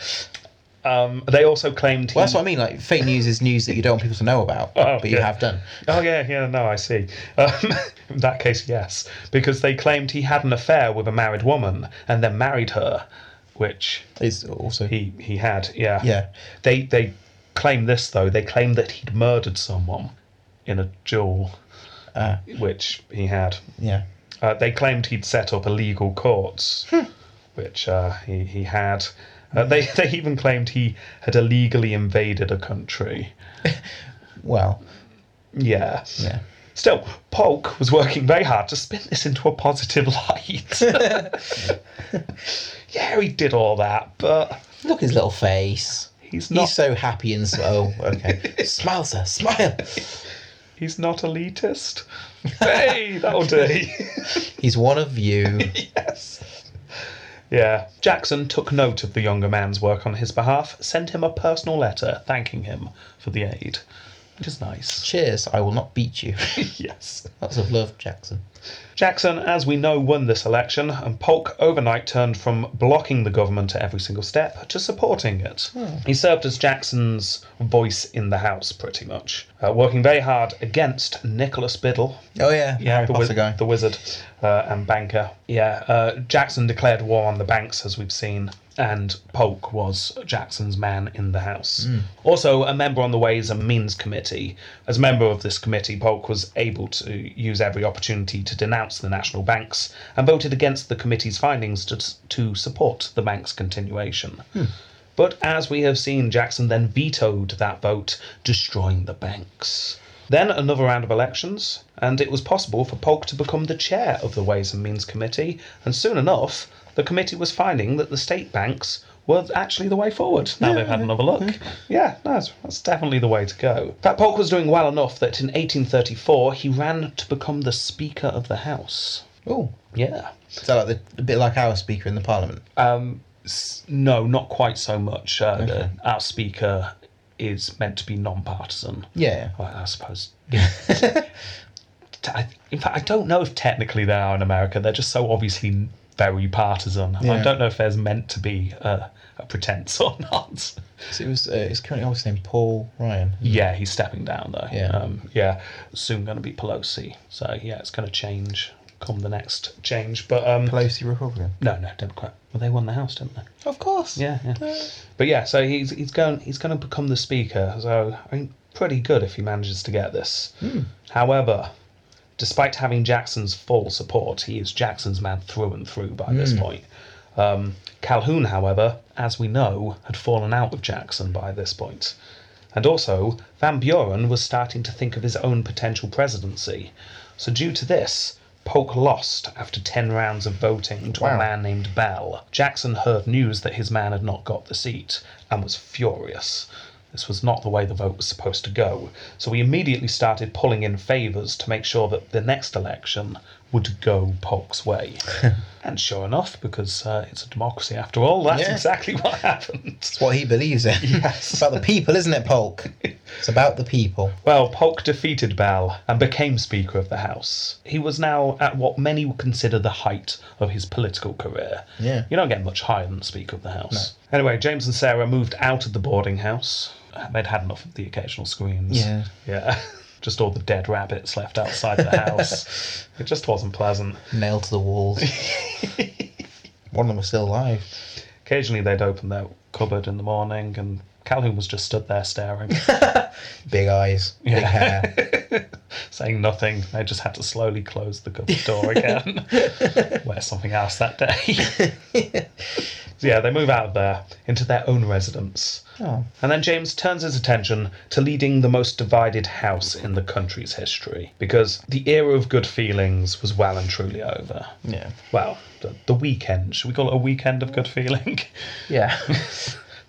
C: um, they also claimed he.
B: Well, that's what I mean. Like fake news is news that you don't want people to know about,
C: Oh,
B: but you
C: yeah.
B: have done.
C: Oh yeah, yeah, no, I see. Um, in that case, yes, because they claimed he had an affair with a married woman and then married her, which
B: It's also
C: he he had. Yeah.
B: yeah.
C: They they claim this though. They claim that he'd murdered someone in a duel, uh,
B: Ah.
C: which he had.
B: Yeah.
C: Uh, they claimed he'd set up illegal courts, which uh, he he had. Uh, they they even claimed he had illegally invaded a country.
B: Well,
C: Yeah.
B: yeah.
C: Still, Polk was working very hard to spin this into a positive light. yeah, he did all that, but
B: Look his little face.
C: he's not
B: He's so happy and so. Oh, okay. smile, sir. Smile.
C: He's not elitist. hey, that'll do.
B: He's one of you.
C: yeah. Jackson took note of the younger man's work on his behalf, sent him a personal letter thanking him for the aid, which is nice.
B: Cheers. I will not beat you.
C: yes.
B: Lots of love, Jackson.
C: Jackson, as we know, won this election, and Polk overnight turned from blocking the government at every single step to supporting it. He served as Jackson's voice in the House, pretty much, uh, working very hard against Nicholas Biddle,
B: Oh yeah. Harry
C: the,
B: Potter
C: wiz-
B: guy.
C: the wizard uh, and banker. Yeah, uh, Jackson declared war on the banks, as we've seen, and Polk was Jackson's man in the House. Also, a member on the Ways and Means Committee. As member of this committee, Polk was able to use every opportunity to denounce the national banks and voted against the committee's findings to, to support the bank's continuation. But as we have seen, Jackson then vetoed that vote, destroying the banks. Then another round of elections, and it was possible for Polk to become the chair of the Ways and Means Committee, and soon enough, the committee was finding that the state banks were actually the way forward. Now they've had another look. Yeah, no, that's, that's definitely the way to go. In fact, Polk was doing well enough that in 1834 he ran to become the Speaker of the House.
B: Oh.
C: Yeah.
B: So like the, a bit like our speaker in the parliament.
C: Um, s- no, not quite so much. Uh, the- our speaker is meant to be non-partisan.
B: yeah.
C: Well, I suppose. T- I- In fact, I don't know if technically they are in America. They're just so obviously very partisan. I
B: Yeah.
C: don't know if there's meant to be a, a pretense or not.
B: So it was. Uh, it's currently obviously named Paul Ryan.
C: Yeah, he's stepping down though.
B: Yeah.
C: um, yeah. Soon going to be Pelosi. So yeah, it's going to change come the next change. But um,
B: Pelosi Republican.
C: no, no, Democrat. Well, they won the House, didn't they?
B: Of course.
C: Yeah, yeah. But yeah, so he's he's going he's going to become the speaker. So I mean, pretty good if he manages to get this. However, despite having Jackson's full support, he is Jackson's man through and through by this point. Um, Calhoun, however, as we know, had fallen out with Jackson by this point. And also, Van Buren was starting to think of his own potential presidency. So, due to this, Polk lost after 10 rounds of voting to a
B: Wow.
C: man named Bell. Jackson heard news that his man had not got the seat and was furious. This was not the way the vote was supposed to go, so he immediately started pulling in favours to make sure that the next election would go Polk's way. and sure enough, because uh, it's a democracy after all, that's
B: Yeah.
C: exactly what happened.
B: It's what he believes in.
C: Yes.
B: it's about the people, isn't it, Polk? It's about the people.
C: Well, Polk defeated Bell and became Speaker of the House. He was now at what many would consider the height of his political career.
B: Yeah.
C: You don't get much higher than Speaker of the House. Anyway, James and Sarah moved out of the boarding house. They'd had enough of the occasional screams.
B: Yeah.
C: Yeah. Just all the dead rabbits left outside the house. it just wasn't pleasant.
B: Nailed to the walls. One of them was still alive.
C: Occasionally they'd open their cupboard in the morning and Calhoun was just stood there staring,
B: Big eyes, big hair.
C: saying nothing. They just had to slowly close the cupboard door again. Wear something else that day. so yeah, they move out of there into their own residence.
B: Oh.
C: And then James turns his attention to leading the most divided house in the country's history because the era of good feelings was well and truly over.
B: Yeah.
C: Well, the, the weekend. Should we call it a weekend of good feeling?
B: Yeah.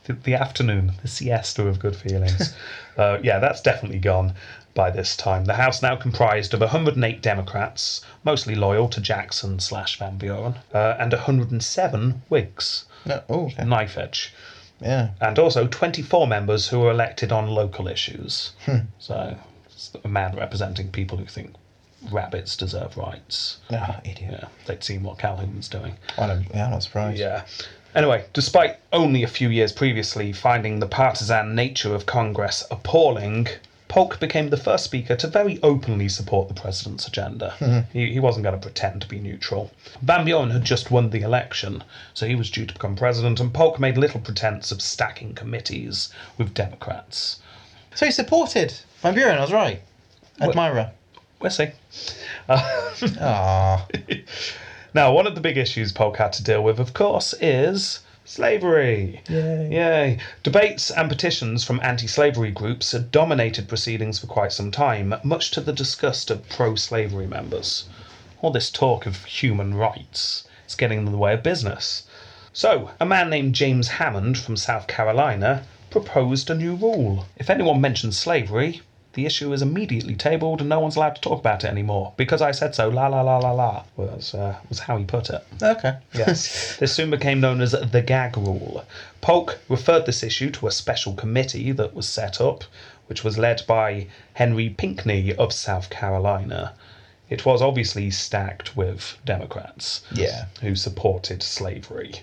C: the, the afternoon, the siesta of good feelings. uh, yeah, that's definitely gone by this time. The House now comprised of 108 Democrats, mostly loyal to Jackson slash Van Buren, uh, and 107 Whigs,
B: No, oh, okay.
C: knife edge,
B: Yeah.
C: and also 24 members who were elected on local issues. So, it's a man representing people who think rabbits deserve rights.
B: Ah, idiot.
C: Yeah, they'd seen what Calhoun was doing.
B: I don't, yeah, I'm not surprised.
C: Yeah. Anyway, despite only a few years previously finding the partisan nature of Congress appalling, Polk became the first speaker to very openly support the president's agenda. He, he wasn't going to pretend to be neutral. Van Buren had just won the election, so he was due to become president, and Polk made little pretense of stacking committees with Democrats.
B: So he supported Van Buren, I was right. Admirer.
C: We'll see.
B: Ah,
C: Now, one of the big issues Polk had to deal with, of course, is slavery.
B: Yay.
C: Yay. Debates and petitions from anti slavery groups had dominated proceedings for quite some time, much to the disgust of pro slavery members. All this talk of human rights is getting in the way of business. So, a man named James Hammond from South Carolina proposed a new rule. If anyone mentions slavery, the issue is immediately tabled and no one's allowed to talk about it anymore because I said so. La la la la la. Was uh, was how he put it.
B: okay.
C: Yes. this soon became known as the gag rule. Polk referred this issue to a special committee that was set up, which was led by Henry Pinckney of South Carolina. It was obviously stacked with Democrats
B: Yeah.
C: who supported slavery.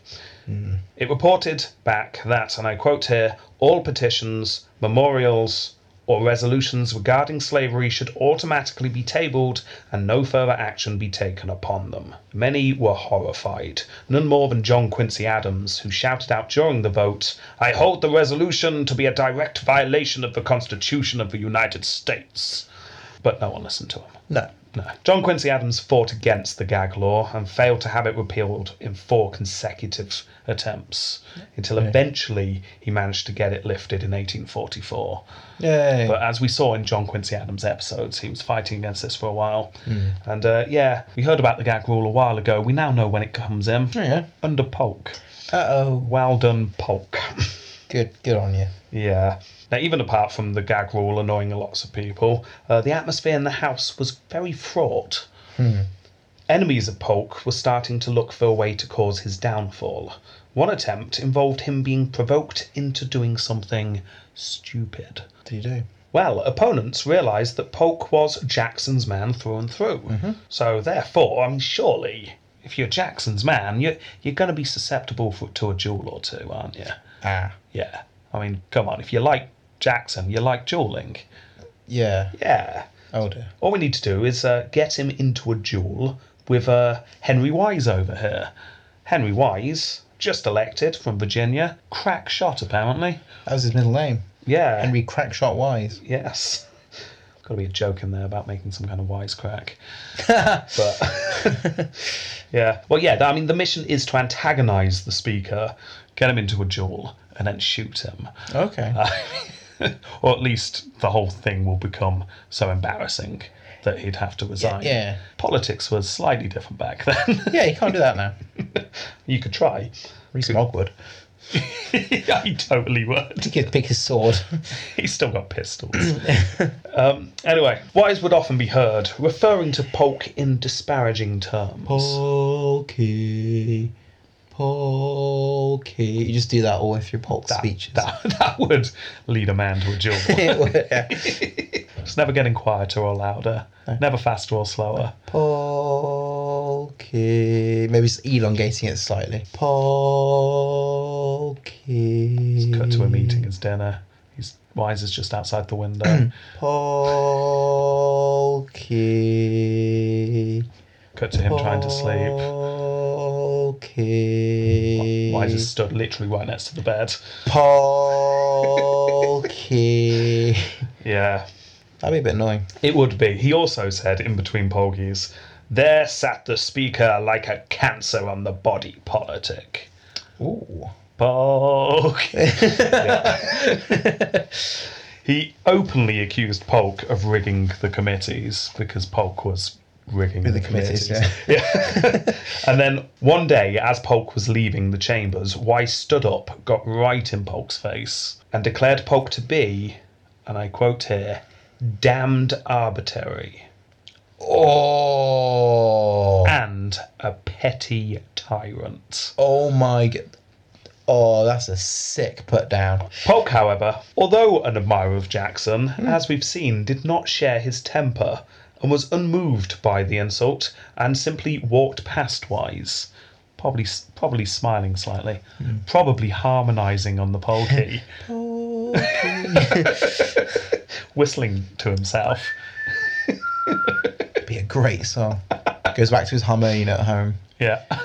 C: It reported back that, and I quote here, all petitions, memorials, or resolutions regarding slavery should automatically be tabled and no further action be taken upon them. Many were horrified, none more than John Quincy Adams, who shouted out during the vote, I hold the resolution to be a direct violation of the Constitution of the United States. But no one listened to him.
B: No.
C: No. John Quincy Adams fought against the gag law and failed to have it repealed in four consecutive attempts until eventually he managed to get it lifted in 1844.
B: Yay.
C: But as we saw in John Quincy Adams' episodes, he was fighting against this for a while. And uh, yeah, we heard about the gag rule a while ago. We now know when it comes in.
B: yeah.
C: Under Polk.
B: Uh oh.
C: Well done, Polk.
B: Good. Good on you.
C: Yeah. Now, even apart from the gag rule annoying lots of people, uh, the atmosphere in the house was very fraught. Enemies of Polk were starting to look for a way to cause his downfall. One attempt involved him being provoked into doing something stupid.
B: What do you do?
C: Well, opponents realised that Polk was Jackson's man through and through. So, therefore, I mean, surely, if you're Jackson's man, you're, you're going to be susceptible for, to a duel or two, aren't you?
B: Ah.
C: Yeah. I mean, come on. If you like Jackson, you like dueling.
B: Yeah.
C: Yeah.
B: Oh dear.
C: All we need to do is uh, get him into a duel with uh, Henry Wise over here. Henry Wise, just elected from Virginia, crack shot apparently.
B: That was his middle name.
C: Yeah.
B: Henry Crackshot Wise.
C: Yes. Got to be a joke in there about making some kind of wisecrack. but yeah, well, yeah. I mean, the mission is to antagonize the speaker, get him into a duel, and then shoot him.
B: Okay.
C: or at least the whole thing will become so embarrassing that he'd have to resign.
B: yeah.
C: Politics was slightly different back then.
B: yeah, you can't do that now.
C: you could try.
B: Reese Mogwood.
C: I totally would.
B: He could pick his sword.
C: He's still got pistols. um, anyway, wise would often be heard referring to Polk in disparaging terms.
B: Polky. Polky. You just do that all the way through Polk's speeches.
C: That, that would lead a man to a duel.
B: It would, yeah.
C: it's never getting quieter or louder, never faster or slower.
B: Polky. Maybe it's elongating it slightly. Polky.
C: Cut to him eating his dinner. He's wise is just outside the window.
B: Polky.
C: Cut to him trying to sleep.
B: Polky.
C: Wise is stood literally right next to the bed.
B: Polky.
C: Yeah,
B: That'd be a bit annoying.
C: it would be. He also said in between polgies, "There sat the speaker like a cancer on the body politic."
B: Ooh.
C: Polk. Yeah. he openly accused Polk of rigging the committees because Polk was rigging the,
B: committees,
C: committees. Yeah. and then one day, as Polk was leaving the chambers, Weiss stood up, got right in Polk's face, and declared Polk to be, and I quote here, damned arbitrary
B: Oh.
C: and a petty tyrant.
B: Oh my god. Oh, that's a sick put down.
C: Polk, however, although an admirer of Jackson, as we've seen, did not share his temper and was unmoved by the insult and simply walked past Wise, probably probably smiling slightly, probably harmonising on the polky, whistling to himself.
B: Be a great song. Goes back to his harmonium at home.
C: Yeah.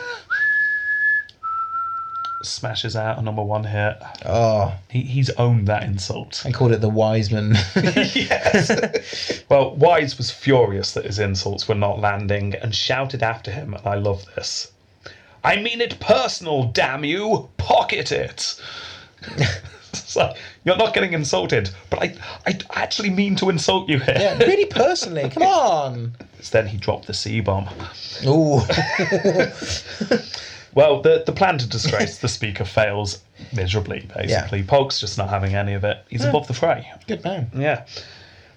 C: Smashes out a number one hit.
B: Oh,
C: He, he's owned that insult.
B: I called it the Wiseman.
C: yes. well, Wise was furious that his insults were not landing and shouted after him, and I love this. I mean it personal, damn you! Pocket it! it's like, you're not getting insulted, but I, I actually mean to insult you here.
B: yeah, really personally. Come on.
C: Then he dropped the C bomb.
B: Ooh.
C: Well, the, the plan to disgrace the speaker fails miserably, basically. Polk's just not having any of it. He's above the fray.
B: Good man.
C: Yeah.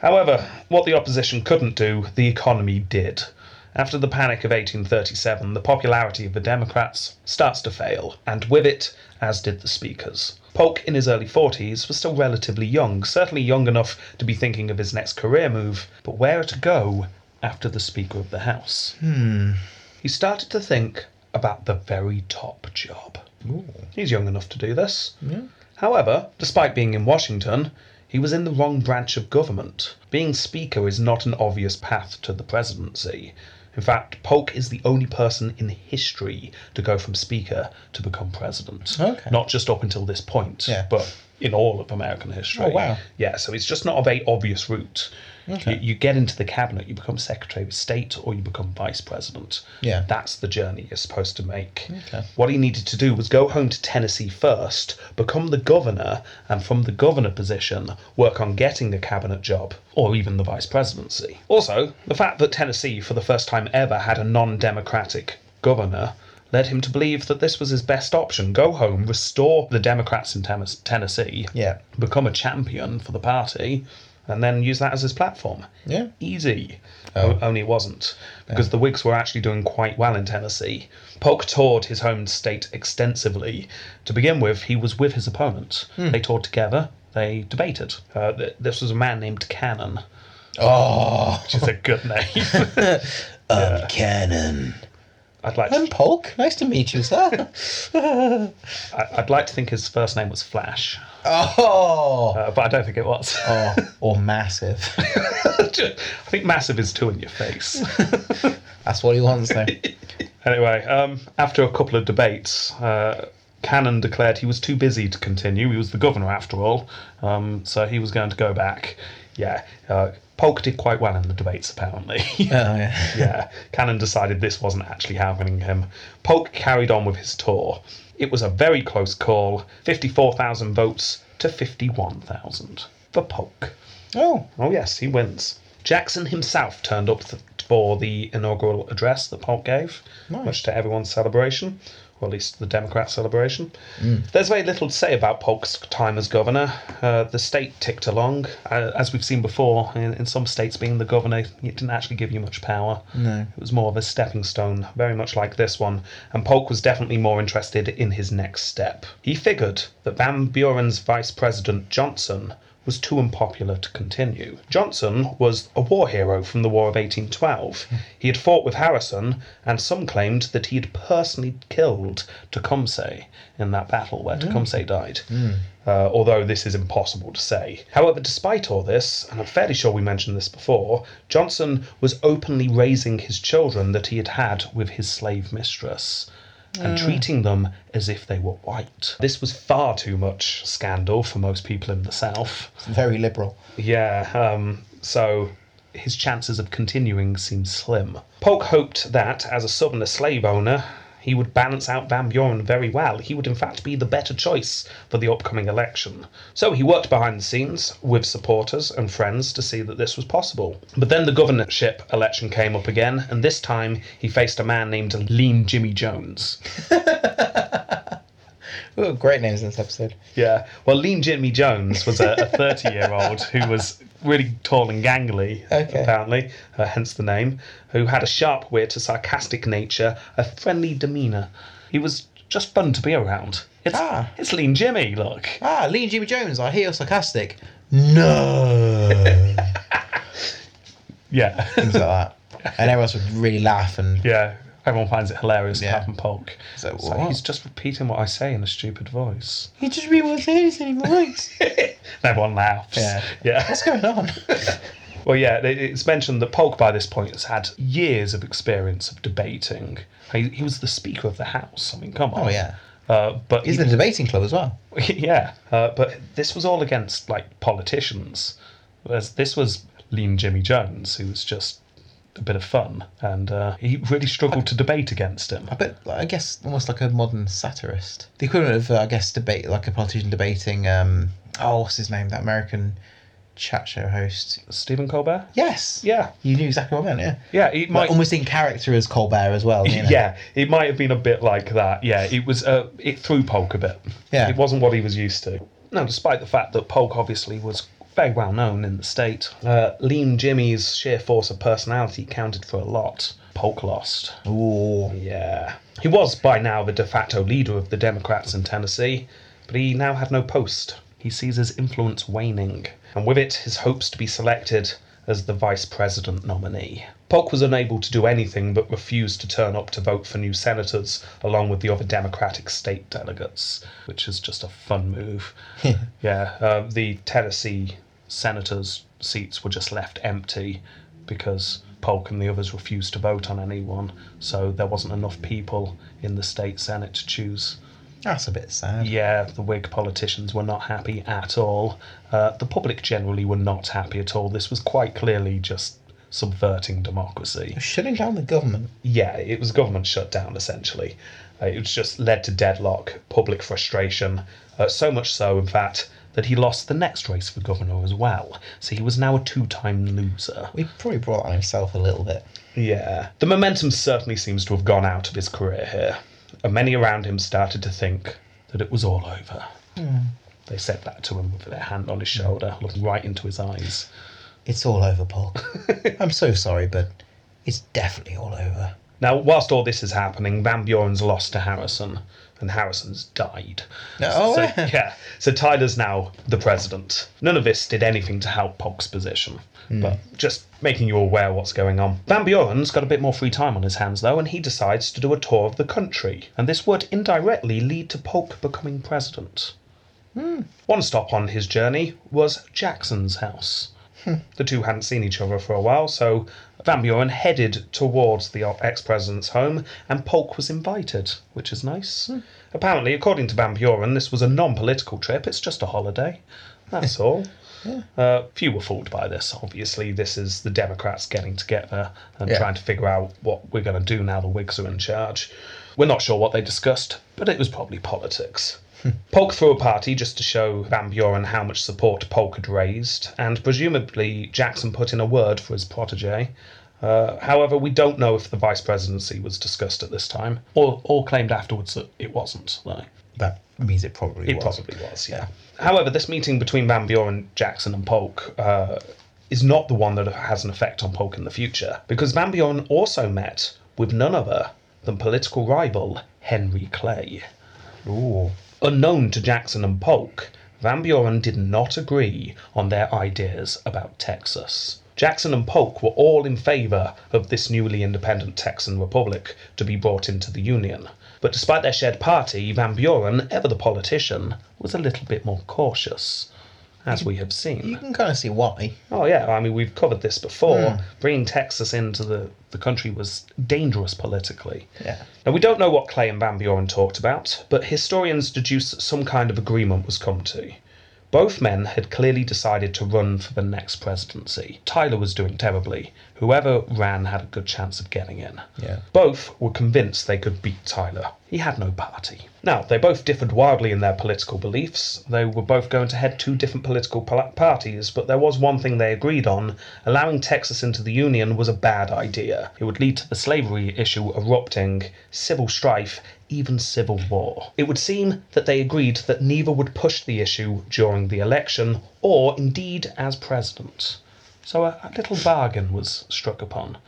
C: However, what the opposition couldn't do, the economy did. After the panic of 1837, the popularity of the Democrats starts to fail, and with it, as did the speakers. Polk, in his early 40s, was still relatively young, certainly young enough to be thinking of his next career move, but where to go after the Speaker of the House? Hmm. He started to think about the very top job. He's young enough to do this. However, despite being in Washington, he was in the wrong branch of government. Being Speaker is not an obvious path to the presidency. In fact, Polk is the only person in history to go from Speaker to become President.
B: Okay.
C: Not just up until this point,
B: Yeah.
C: but in all of American history.
B: Oh, wow.
C: Yeah, so it's just not a very obvious route.
B: Okay.
C: You, you get into the cabinet, you become Secretary of State, or you become Vice President.
B: Yeah.
C: That's the journey you're supposed to make.
B: Okay.
C: What he needed to do was go home to Tennessee first, become the governor, and from the governor position, work on getting the cabinet job or even the vice presidency. Also, the fact that Tennessee, for the first time ever, had a non democratic governor. Led him to believe that this was his best option. Go home, restore the Democrats in Tem- Tennessee,
B: Yeah.
C: become a champion for the party, and then use that as his platform
B: Yeah.
C: easy.
B: Oh.
C: O- Only it wasn't, because the Whigs were actually doing quite well in Tennessee. Polk toured his home state extensively. To begin with, he was with his opponent.
B: Hmm.
C: They toured together, they debated. Uh, th- this was a man named Cannon,
B: Oh.
C: which is a good name.
B: Um, Cannon.
C: I'd like,
B: I'm
C: to,
B: Polk. Nice to meet you, sir.
C: I- I'd like to think his first name was Flash,
B: oh.
C: uh, but I don't think it was.
B: Oh. Or massive.
C: Ju- I think massive is too in your face.
B: That's what he wants, though.
C: Anyway, um, after a couple of debates, uh, Cannon declared he was too busy to continue. He was the governor, after all, um, so he was going to go back. Yeah, uh, Polk did quite well in the debates, apparently.
B: Oh, yeah.
C: yeah, Cannon decided this wasn't actually happening to him. Polk carried on with his tour. It was a very close call 54,000 votes to 51,000 for Polk.
B: Oh,
C: Oh, yes, he wins. Jackson himself turned up th- for the inaugural address that Polk gave, much to everyone's celebration, or at least the Democrat celebration. There's very little to say about Polk's time as governor. Uh, the state ticked along. Uh, as we've seen before, in, in some states, being the governor, it didn't actually give you much power.
B: No.
C: It was more of a stepping stone, very much like this one, and Polk was definitely more interested in his next step. He figured that Van Buren's vice president Johnson was too unpopular to continue. Johnson was a war hero from the War of 1812. He had fought with Harrison, and some claimed that he had personally killed Tecumseh in that battle where Tecumseh died. Uh, although this is impossible to say. However, despite all this, and I'm fairly sure we mentioned this before, Johnson was openly raising his children that he had had with his slave mistress and treating them as if they were white. This was far too much scandal for most people in the South.
B: very liberal.
C: Yeah, um, so his chances of continuing seem slim. Polk hoped that, as a southerner slave owner, he would balance out Van Buren very well. He would, in fact, be the better choice for the upcoming election. So he worked behind the scenes with supporters and friends to see that this was possible. But then the governorship election came up again, and this time he faced a man named Lean Jimmy Jones.
B: We've got great names in this episode.
C: Yeah. Well, Lean Jimmy Jones was a 30 year old who was really tall and gangly,
B: Okay.
C: apparently, uh, hence the name, who had a sharp wit, a sarcastic nature, a friendly demeanour. He was just fun to be around. It's,
B: Ah.
C: it's Lean Jimmy, look.
B: Ah, Lean Jimmy Jones, I hear you're sarcastic. No.
C: Yeah.
B: Things like that. And everyone else would really laugh and.
C: yeah. Everyone finds it hilarious,
B: Yeah.
C: apart from Polk.
B: So
C: It's
B: what?
C: like he's just repeating what I say in a stupid voice.
B: He just really won't say this anymore.
C: And everyone laughs.
B: Yeah.
C: Yeah.
B: What's going on?
C: Well, yeah, it- it's mentioned that Polk by this point has had years of experience of debating. He, he was the Speaker of the House. I mean, come on.
B: Oh, yeah.
C: Uh, but
B: He's in the debating club as well.
C: yeah, uh, but this was all against like politicians. Whereas this was Lean Jimmy Jones, who was just a bit of fun, and uh, he really struggled to debate against him.
B: But like, I guess almost like a modern satirist. The equivalent of, uh, I guess, debate, like a politician debating, um, oh, what's his name? That American chat show host.
C: Stephen Colbert.
B: Yes.
C: Yeah,
B: You knew exactly what I meant, yeah.
C: yeah, he
B: Like,
C: might.
B: almost in character as Colbert as well. You know?
C: Yeah, it might have been a bit like that. Yeah, it was. Uh, it threw Polk a bit.
B: Yeah.
C: it wasn't what he was used to. Now, despite the fact that Polk obviously was very well known in the state, uh, Lean Jimmy's sheer force of personality counted for a lot. Polk lost.
B: Ooh.
C: Yeah, uh, he was by now the de facto leader of the Democrats in Tennessee, but he now had no post. He sees his influence waning, and with it, his hopes to be selected as the vice president nominee. Polk was unable to do anything but refused to turn up to vote for new senators along with the other Democratic state delegates, which is just a fun move. yeah, uh, the Tennessee senators' seats were just left empty because Polk and the others refused to vote on anyone, so there wasn't enough people in the state senate to choose.
B: That's a bit sad.
C: Yeah, the Whig politicians were not happy at all. Uh, the public generally were not happy at all. This was quite clearly just subverting democracy.
B: Shutting down the government.
C: Yeah, it was government shutdown essentially. Uh, it was just led to deadlock, public frustration, uh, so much so, in fact, that he lost the next race for governor as well. So he was now a two time loser.
B: We probably brought on himself a little bit.
C: Yeah. The momentum certainly seems to have gone out of his career here, and many around him started to think that it was all over. They said that to him with their hand on his shoulder, looking right into his eyes.
B: It's all over, Paul. I'm so sorry, but it's definitely all over.
C: Now, whilst all this is happening, Van Buren's lost to Harrison, and Harrison's died.
B: Oh,
C: so,
B: yeah.
C: yeah. So Tyler's now the president. None of this did anything to help Polk's position, but just making you aware what's going on. Van Buren's got a bit more free time on his hands though, and he decides to do a tour of the country, and this would indirectly lead to Polk becoming president. One stop on his journey was Jackson's house. The two hadn't seen each other for a while, so Van Buren headed towards the ex president's home, and Polk was invited, which is nice. Apparently, according to Van Buren, this was a non political trip, it's just a holiday. That's all. Uh, few were fooled by this. Obviously, this is the Democrats getting together and
B: Yeah.
C: trying to figure out what we're going to do now the Whigs are in charge. We're not sure what they discussed, but it was probably politics. Polk threw a party just to show Van Buren how much support Polk had raised, and presumably Jackson put in a word for his protege. Uh, however, we don't know if the vice presidency was discussed at this time, or, or claimed afterwards that it wasn't, though.
B: That means it probably
C: It
B: was.
C: possibly was, yeah. However, this meeting between Van Buren, Jackson, and Polk uh, is not the one that has an effect on Polk in the future, because Van Buren also met with none other than political rival Henry Clay.
B: Ooh.
C: Unknown to Jackson and Polk, Van Buren did not agree on their ideas about Texas. Jackson and Polk were all in favour of this newly independent Texan republic to be brought into the Union. But despite their shared party, Van Buren, ever the politician, was a little bit more cautious, as we have
B: You
C: seen.
B: can kind of see why.
C: Oh, yeah, I mean, we've covered this before. Bringing Texas into the, the country was dangerous politically.
B: Yeah.
C: Now, we don't know what Clay and Van Buren talked about, but historians deduce that some kind of agreement was come to. Both men had clearly decided to run for the next presidency. Tyler was doing terribly. Whoever ran had a good chance of getting in.
B: Yeah.
C: Both were convinced they could beat Tyler. He had no party. Now, they both differed wildly in their political beliefs. They were both going to head two different political pal- parties, but there was one thing they agreed on allowing Texas into the Union was a bad idea. It would lead to the slavery issue erupting, civil strife, even civil war. It would seem that they agreed that neither would push the issue during the election, or indeed as president. So a, a little bargain was struck upon.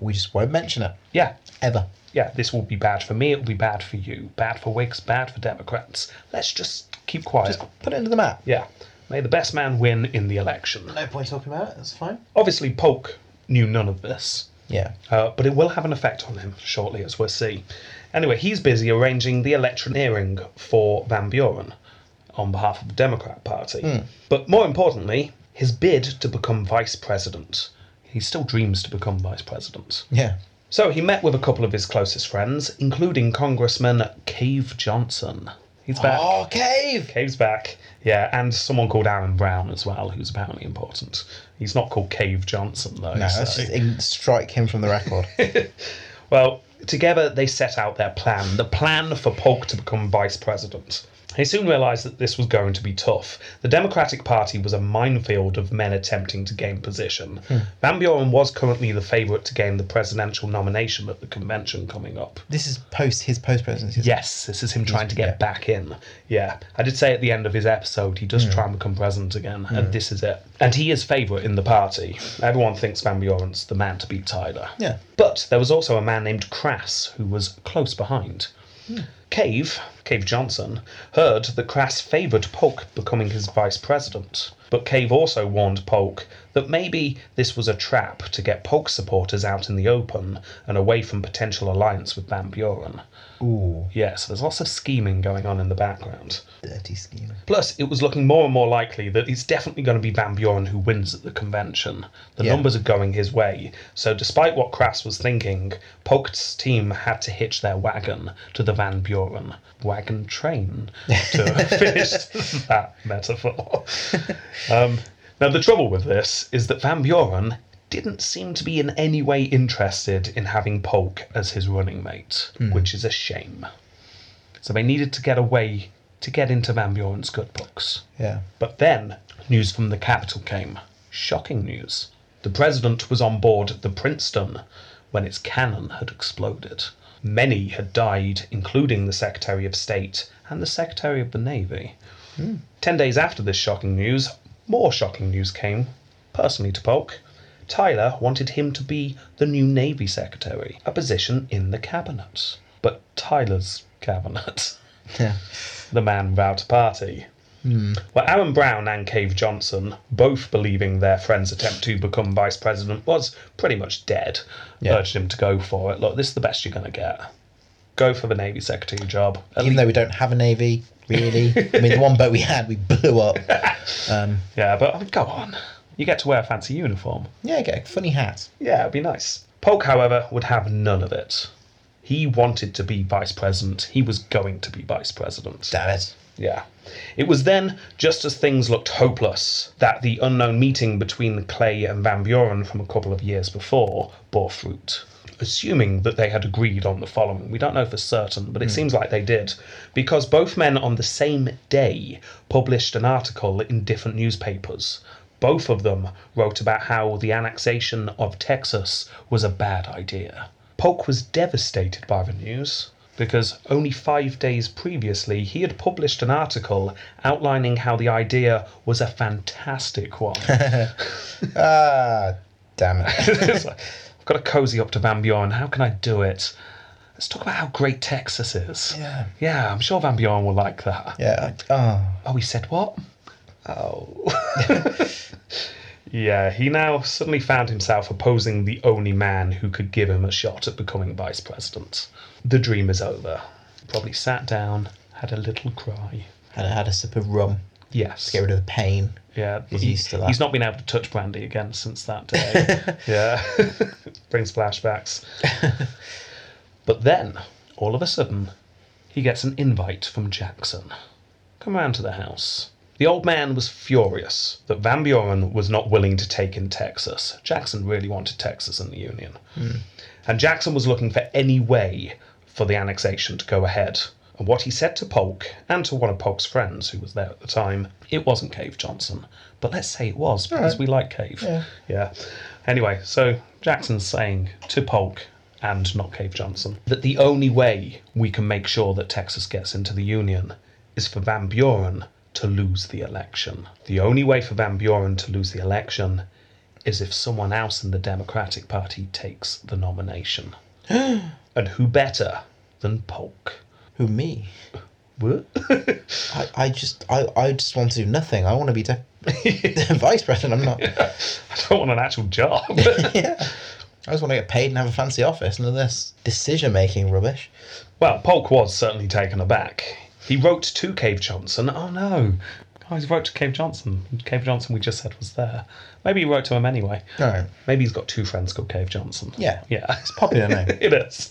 B: We just won't mention it.
C: Yeah,
B: Ever.
C: yeah, this will be bad for me, it will be bad for you, bad for Whigs, bad for Democrats. Let's just keep quiet.
B: Just put it into the map.
C: Yeah. May the best man win in the election.
B: No point talking about it. That's fine.
C: Obviously, Polk knew none of this,
B: Yeah.
C: uh, but it will have an effect on him shortly, as we'll see. Anyway, he's busy arranging the electioneering for Van Buren on behalf of the Democrat Party. But more importantly, his bid to become vice president. He still dreams to become vice president.
B: Yeah.
C: So he met with a couple of his closest friends, including Congressman Cave Johnson. He's back.
B: Oh, cave.
C: Cave's back. Yeah, and someone called Aaron Brown as well, who's apparently important. He's not called Cave Johnson, though.
B: No,
C: so-
B: let's just ign- strike him from the record.
C: Well, together they set out their plan the plan for Polk to become vice president. They soon realised that this was going to be tough. The Democratic Party was a minefield of men attempting to gain position. Van Buren was currently the favourite to gain the presidential nomination at the convention coming up.
B: this is post his post presidency.
C: Yes, this is him trying to get back in. Yeah, I did say at the end of his episode he does try and become president again, and this is it. And he is favourite in the party. Everyone thinks Van Buren's the man to beat Tyler.
B: Yeah.
C: But there was also a man named Crass who was close behind. Cave, Cave Johnson, heard that Crass favoured Polk becoming his vice president. But Cave also warned Polk that maybe this was a trap to get Polk supporters out in the open and away from potential alliance with Van Buren.
B: Ooh,
C: Yeah, so there's lots of scheming going on in the background.
B: dirty scheme.
C: Plus, it was looking more and more likely that it's definitely going to be Van Buren who wins at the convention. The
B: Yeah.
C: numbers are going his way. So, despite what Crass was thinking, Polk's team had to hitch their wagon to the Van Buren wagon train to finish that metaphor. Um, now, the trouble with this is that Van Buren didn't seem to be in any way interested in having Polk as his running mate, which is a shame. So they needed to get away to get into Van Buren's good books.
B: Yeah.
C: But then news from the capital came. Shocking news. The president was on board the Princeton when its cannon had exploded. Many had died, including the Secretary of State and the Secretary of the Navy. Ten days after this shocking news, more shocking news came, personally to Polk. Tyler wanted him to be the new Navy Secretary, a position in the cabinet. But Tyler's cabinet
B: Yeah.
C: the man without a party. Well, Aaron Brown and Cave Johnson, both believing their friend's attempt to become vice president was pretty much dead,
B: Yeah.
C: urged him to go for it. Look, this is the best you're going to get. Go for the Navy Secretary job. At
B: Even
C: lea-
B: though we don't have a navy, really. I mean, the one boat we had, we blew up. Um,
C: yeah, but I mean, go on. You get to wear a fancy uniform.
B: Yeah, get a funny hat.
C: Yeah, it'd be nice. Polk, however, would have none of it. He wanted to be vice president. He was going to be vice president.
B: Damn it.
C: Yeah. It was then, just as things looked hopeless, that the unknown meeting between Clay and Van Buren from a couple of years before bore fruit. Assuming that they had agreed on the following. We don't know for certain, but it seems like they did, because both men on the same day published an article in different newspapers. Both of them wrote about how the annexation of Texas was a bad idea. Polk was devastated by the news because only five days previously he had published an article outlining how the idea was a fantastic one.
B: Ah, damn it.
C: It's like, I've got to cozy up to Van Bjorn. How can I do it? Let's talk about how great Texas is.
B: Yeah.
C: Yeah, I'm sure Van Bjorn will like that.
B: Yeah. I- Oh.
C: Oh, he said what? Oh. yeah, he now suddenly found himself opposing the only man who could give him a shot at becoming vice president. The dream is over. Probably sat down, had a little cry.
B: Had a, had a sip of rum.
C: Yes.
B: Get rid of the pain.
C: Yeah,
B: He's
C: he-
B: used to that.
C: He's not been able to touch brandy again since that day. yeah, brings flashbacks. but then, all of a sudden, he gets an invite from Jackson. Come round to the house. The old man was furious that Van Buren was not willing to take in Texas. Jackson really wanted Texas in the Union. And Jackson was looking for any way for the annexation to go ahead. And what he said to Polk and to one of Polk's friends who was there at the time, it wasn't Cave Johnson, but let's say it was because
B: right.
C: we like Cave.
B: Yeah.
C: yeah. Anyway, so Jackson's saying to Polk and not Cave Johnson that the only way we can make sure that Texas gets into the Union is for Van Buren to lose the election. The only way for Van Buren to lose the election is if someone else in the Democratic Party takes the nomination. and who better than Polk?
B: Who me?
C: What?
B: I, I just I, I just want to do nothing. I want to be de- vice president. I'm not.
C: I don't want an actual job.
B: Yeah. I just want to get paid and have a fancy office. None of this decision making rubbish.
C: well, Polk was certainly taken aback. He wrote to Cave Johnson. Oh no. Oh, he wrote to Cave Johnson. Cave Johnson, we just said, was there. Maybe he wrote to him anyway.
B: No.
C: Maybe he's got two friends called Cave Johnson.
B: Yeah.
C: Yeah.
B: It's popular now.
C: it is.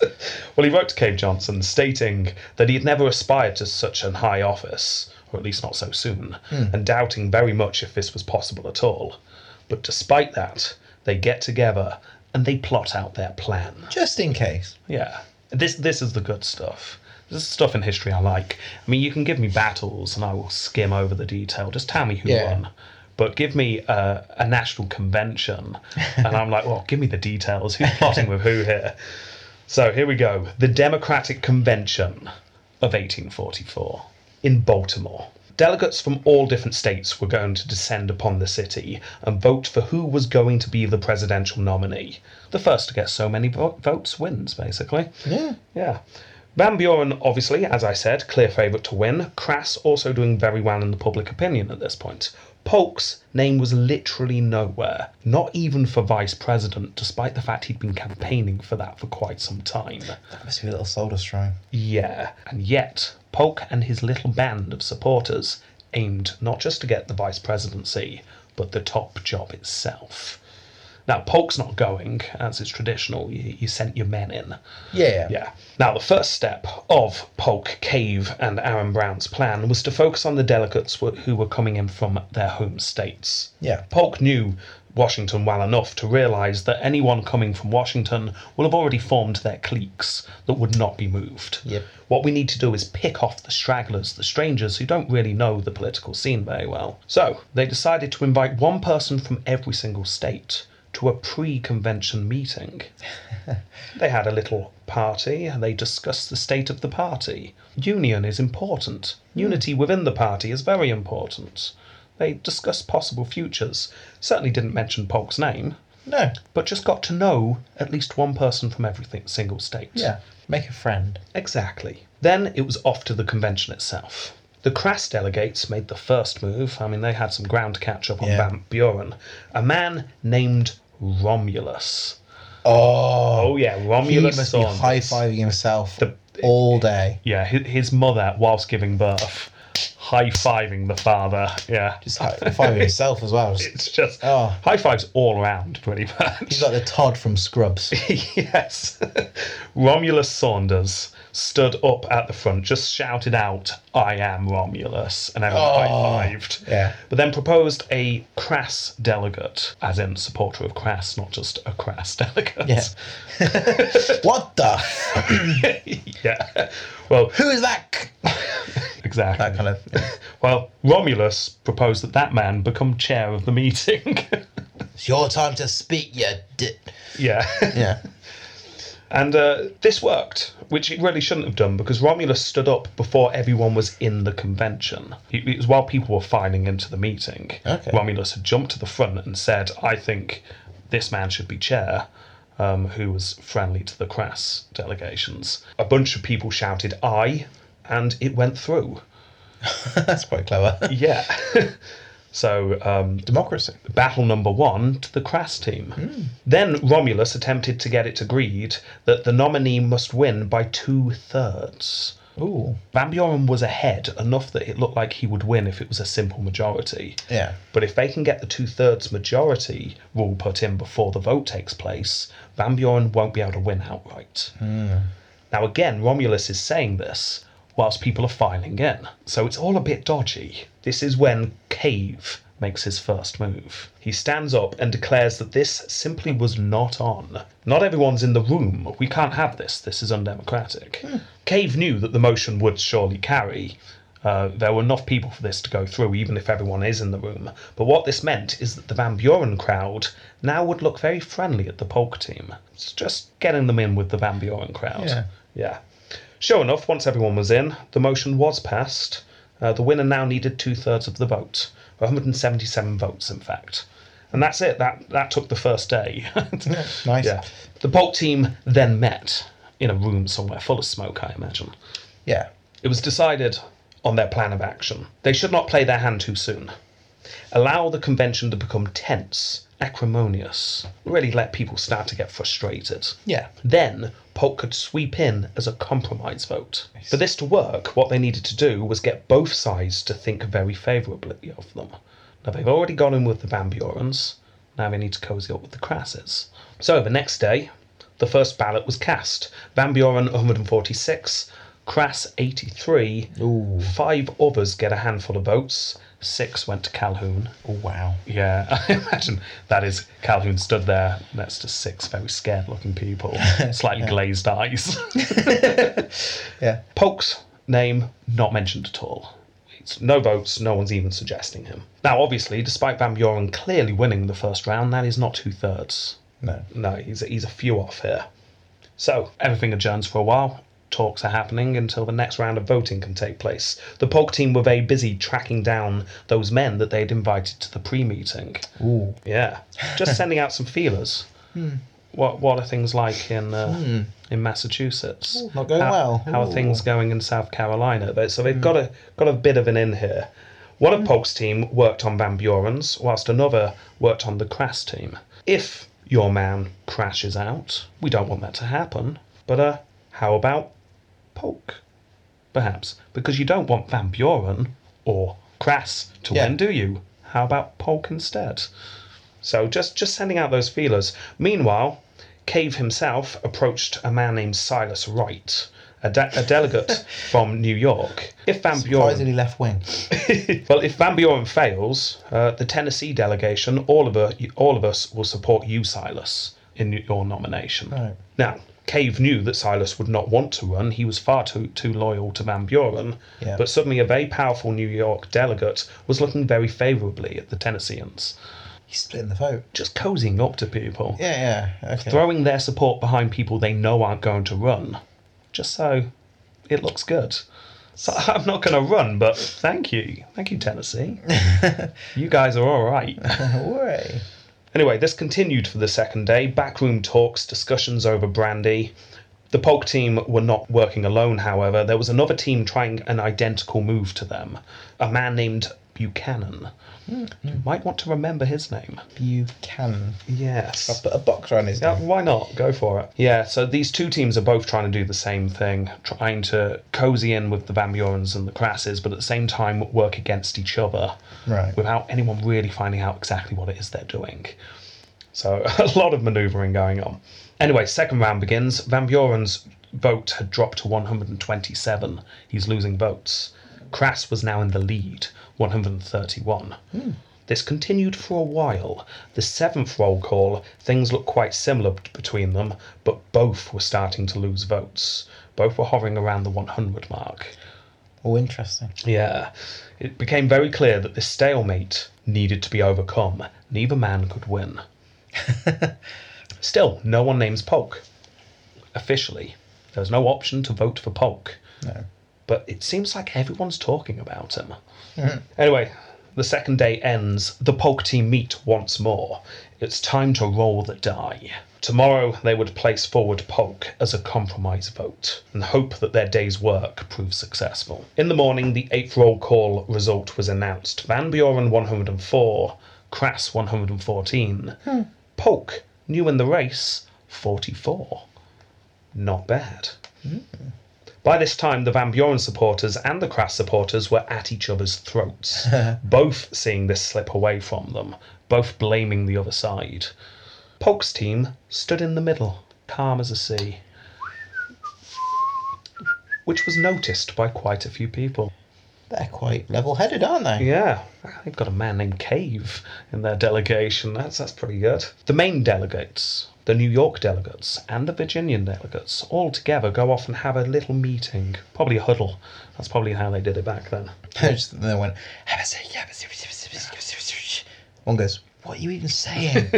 C: Well, he wrote to Cave Johnson stating that he had never aspired to such an high office, or at least not so soon, and doubting very much if this was possible at all. But despite that, they get together and they plot out their plan.
B: Just in case.
C: Yeah. This this is the good stuff. This is stuff in history I like. I mean, you can give me battles and I will skim over the detail. Just tell me who
B: Yeah.
C: won. But give me a, a national convention, and I'm like, well, give me the details. Who's plotting with who here? So here we go. The Democratic Convention of 1844 in Baltimore. Delegates from all different states were going to descend upon the city and vote for who was going to be the presidential nominee. The first to get so many vo- votes wins, basically.
B: Yeah.
C: Yeah. Van Buren, obviously, as I said, clear favourite to win. Crass also doing very well in the public opinion at this point. Polk's name was literally nowhere, not even for vice president, despite the fact he'd been campaigning for that for quite some time.
B: That must be a little soul destroying.
C: Yeah, and yet, Polk and his little band of supporters aimed not just to get the vice presidency, but the top job itself. Now, Polk's not going, as is traditional, you, you sent your men in.
B: Yeah.
C: Yeah. Now, the first step of Polk, Cave, and Aaron Brown's plan was to focus on the delegates wh- who were coming in from their home states.
B: Yeah.
C: Polk knew Washington well enough to realize that anyone coming from Washington will have already formed their cliques that would not be moved.
B: Yep.
C: What we need to do is pick off the stragglers, the strangers who don't really know the political scene very well. So they decided to invite one person from every single state to a pre convention meeting. They had a little party and they discussed the state of the party. Union is important.
B: Hmm.
C: Unity within the party is very important. They discussed possible futures. Certainly didn't mention Polk's name,
B: No.
C: but just got to know at least one person from every thi- single state.
B: Yeah. Make a friend.
C: Exactly. Then it was off to the convention itself. The Crass delegates made the first move. I mean, they had some ground to catch up on
B: Yeah.
C: Van Buren. A man named Romulus.
B: Oh.
C: Oh, yeah,
B: He
C: Romulus.
B: must
C: Saunders.
B: be high fiving himself
C: The-
B: all day.
C: Yeah, hi- his mother, whilst giving birth, high fiving the father. Yeah.
B: Just high five himself as well. Just-
C: it's just
B: Oh.
C: high fives all around, pretty much.
B: he's like the Todd from Scrubs.
C: yes. Romulus Saunders stood up at the front, just shouted out, I am Romulus, and everyone
B: Oh,
C: high fived.
B: yeah.
C: But then proposed a crass delegate, as in supporter of crass, not just a crass delegate.
B: Yeah. what the? f-
C: yeah. Well,
B: Who is that? c-
C: exactly.
B: That kind of.
C: Well, Romulus proposed that that man become chair of the meeting.
B: It's your time to speak, you dit.
C: yeah.
B: Yeah.
C: And uh, this worked, which it really shouldn't have done because Romulus stood up before everyone was in the convention. It it was while people were filing into the meeting.
B: Okay.
C: Romulus had jumped to the front and said, I think this man should be chair, um, who was friendly to the crass delegations. A bunch of people shouted, I, and it went through.
B: That's quite clever.
C: Yeah. so um,
B: Democracy.
C: battle number one to the crass team. Then Romulus attempted to get it agreed that the nominee must win by two thirds.
B: Ooh.
C: Van Buren was ahead enough that it looked like he would win if it was a simple majority.
B: Yeah.
C: But if they can get the two thirds majority rule put in before the vote takes place, Van Buren won't be able to win outright. Now, again, Romulus is saying this whilst people are filing in. So it's all a bit dodgy. This is when Cave makes his first move. He stands up and declares that this simply was not on. Not everyone's in the room. We can't have this. This is undemocratic. Cave knew that the motion would surely carry. Uh, there were enough people for this to go through, even if everyone is in the room. But what this meant is that the Van Buren crowd now would look very friendly at the Polk team. It's just getting them in with the Van Buren crowd.
B: Yeah.
C: Yeah. Sure enough, once everyone was in, the motion was passed. Uh, the winner now needed two thirds of the vote, 177 votes, in fact. And that's it. That that took the first day.
B: Nice.
C: yeah. The Polk team then met in a room somewhere full of smoke, I imagine.
B: Yeah.
C: It was decided on their plan of action. They should not play their hand too soon. Allow the convention to become tense, acrimonious. Really let people start to get frustrated.
B: Yeah.
C: Then Polk could sweep in as a compromise vote. For this to work, what they needed to do was get both sides to think very favourably of them. Now they've already gone in with the Van Burens, now they need to cozy up with the Crasses. So the next day, the first ballot was cast. Van Buren 146, Crass 83,
B: Ooh.
C: five others get a handful of votes, six went to Calhoun,
B: Wow.
C: yeah, I imagine that is Calhoun stood there next to six very scared looking people, slightly glazed eyes.
B: Yeah.
C: Polk's name not mentioned at all. It's no votes, no one's even suggesting him. Now, obviously, despite Van Buren clearly winning the first round, that is not two thirds.
B: No.
C: No, he's, he's a few off here. So, everything adjourns for a while. Talks are happening until the next round of voting can take place. The Polk team were very busy tracking down those men that they had invited to the pre meeting.
B: Ooh.
C: Yeah, just sending out some feelers.
B: Hmm.
C: What What are things like in uh, in Massachusetts?
B: not going
C: how,
B: well.
C: How are
B: Ooh. Hmm.
C: things going in South Carolina? They- So they've got a got a bit of an in here. One of Polk's team worked on Van Buren's, whilst another worked on the Crass team. If your man crashes out, we don't want that to happen. But uh, how about Polk? Perhaps because you don't want Van Buren or Crass to
B: Yeah.
C: win, do you? How about Polk instead? So just just sending out those feelers. Meanwhile, Cave himself approached a man named Silas Wright, a, de- a delegate from New York. If Van Buren,
B: Surprisingly left wing.
C: well, if Van Buren fails, uh, the Tennessee delegation, all of us, all of us will support you, Silas, in your nomination.
B: Right.
C: Now, Cave knew that Silas would not want to run. He was far too too loyal to Van Buren.
B: Yeah.
C: But suddenly, a very powerful New York delegate was looking very favourably at the Tennesseans,
B: He's splitting the vote.
C: just cozying up to people
B: Yeah. Yeah. Okay.
C: throwing their support behind people they know aren't going to run, just so it looks good. So I'm not going to run, but thank you, thank you, Tennessee. you guys are all right.
B: Hooray.
C: Anyway, this continued for the second day. Backroom talks, discussions over brandy. The Polk team were not working alone, however. There was another team trying an identical move to them. A man named Buchanan. You might want to remember his name.
B: Buchanan.
C: Yes.
B: I'll put a box around his
C: Yeah,
B: name.
C: why not? Go for it. Yeah, so these two teams are both trying to do the same thing, trying to cozy in with the Van Burens and the Crasses, but at the same time work against each other
B: Right.
C: without anyone really finding out exactly what it is they're doing. So a lot of manoeuvring going on. Anyway, second round begins. Van Buren's vote had dropped to 127. He's losing votes. Crass was now in the lead, 131. This continued for a while. The seventh roll call, things looked quite similar b- between them, but both were starting to lose votes. Both were hovering around the 100 mark.
B: Oh, interesting.
C: Yeah. It became very clear that this stalemate needed to be overcome. Neither man could win. Still, no one names Polk. Officially. There's no option to vote for Polk.
B: No.
C: But it seems like everyone's talking about him. Anyway, the second day ends. The Polk team meet once more. It's time to roll the die. Tomorrow, they would place forward Polk as a compromise vote and hope that their day's work proves successful. In the morning, the eighth roll call result was announced Van Buren 104, Crass 114, Polk, new in the race, 44. Not bad. By this time, the Van Buren supporters and the Crass supporters were at each other's throats, both seeing this slip away from them, both blaming the other side. Polk's team stood in the middle, calm as a sea, which was noticed by quite a few people.
B: They're quite level-headed, aren't they?
C: Yeah, they've got a man named Cave in their delegation. That's that's pretty good. The Maine delegates, the New York delegates, and the Virginian delegates all together go off and have a little meeting, probably a huddle. That's probably how they did it back then.
B: Just- and they went. One goes. What are you even saying?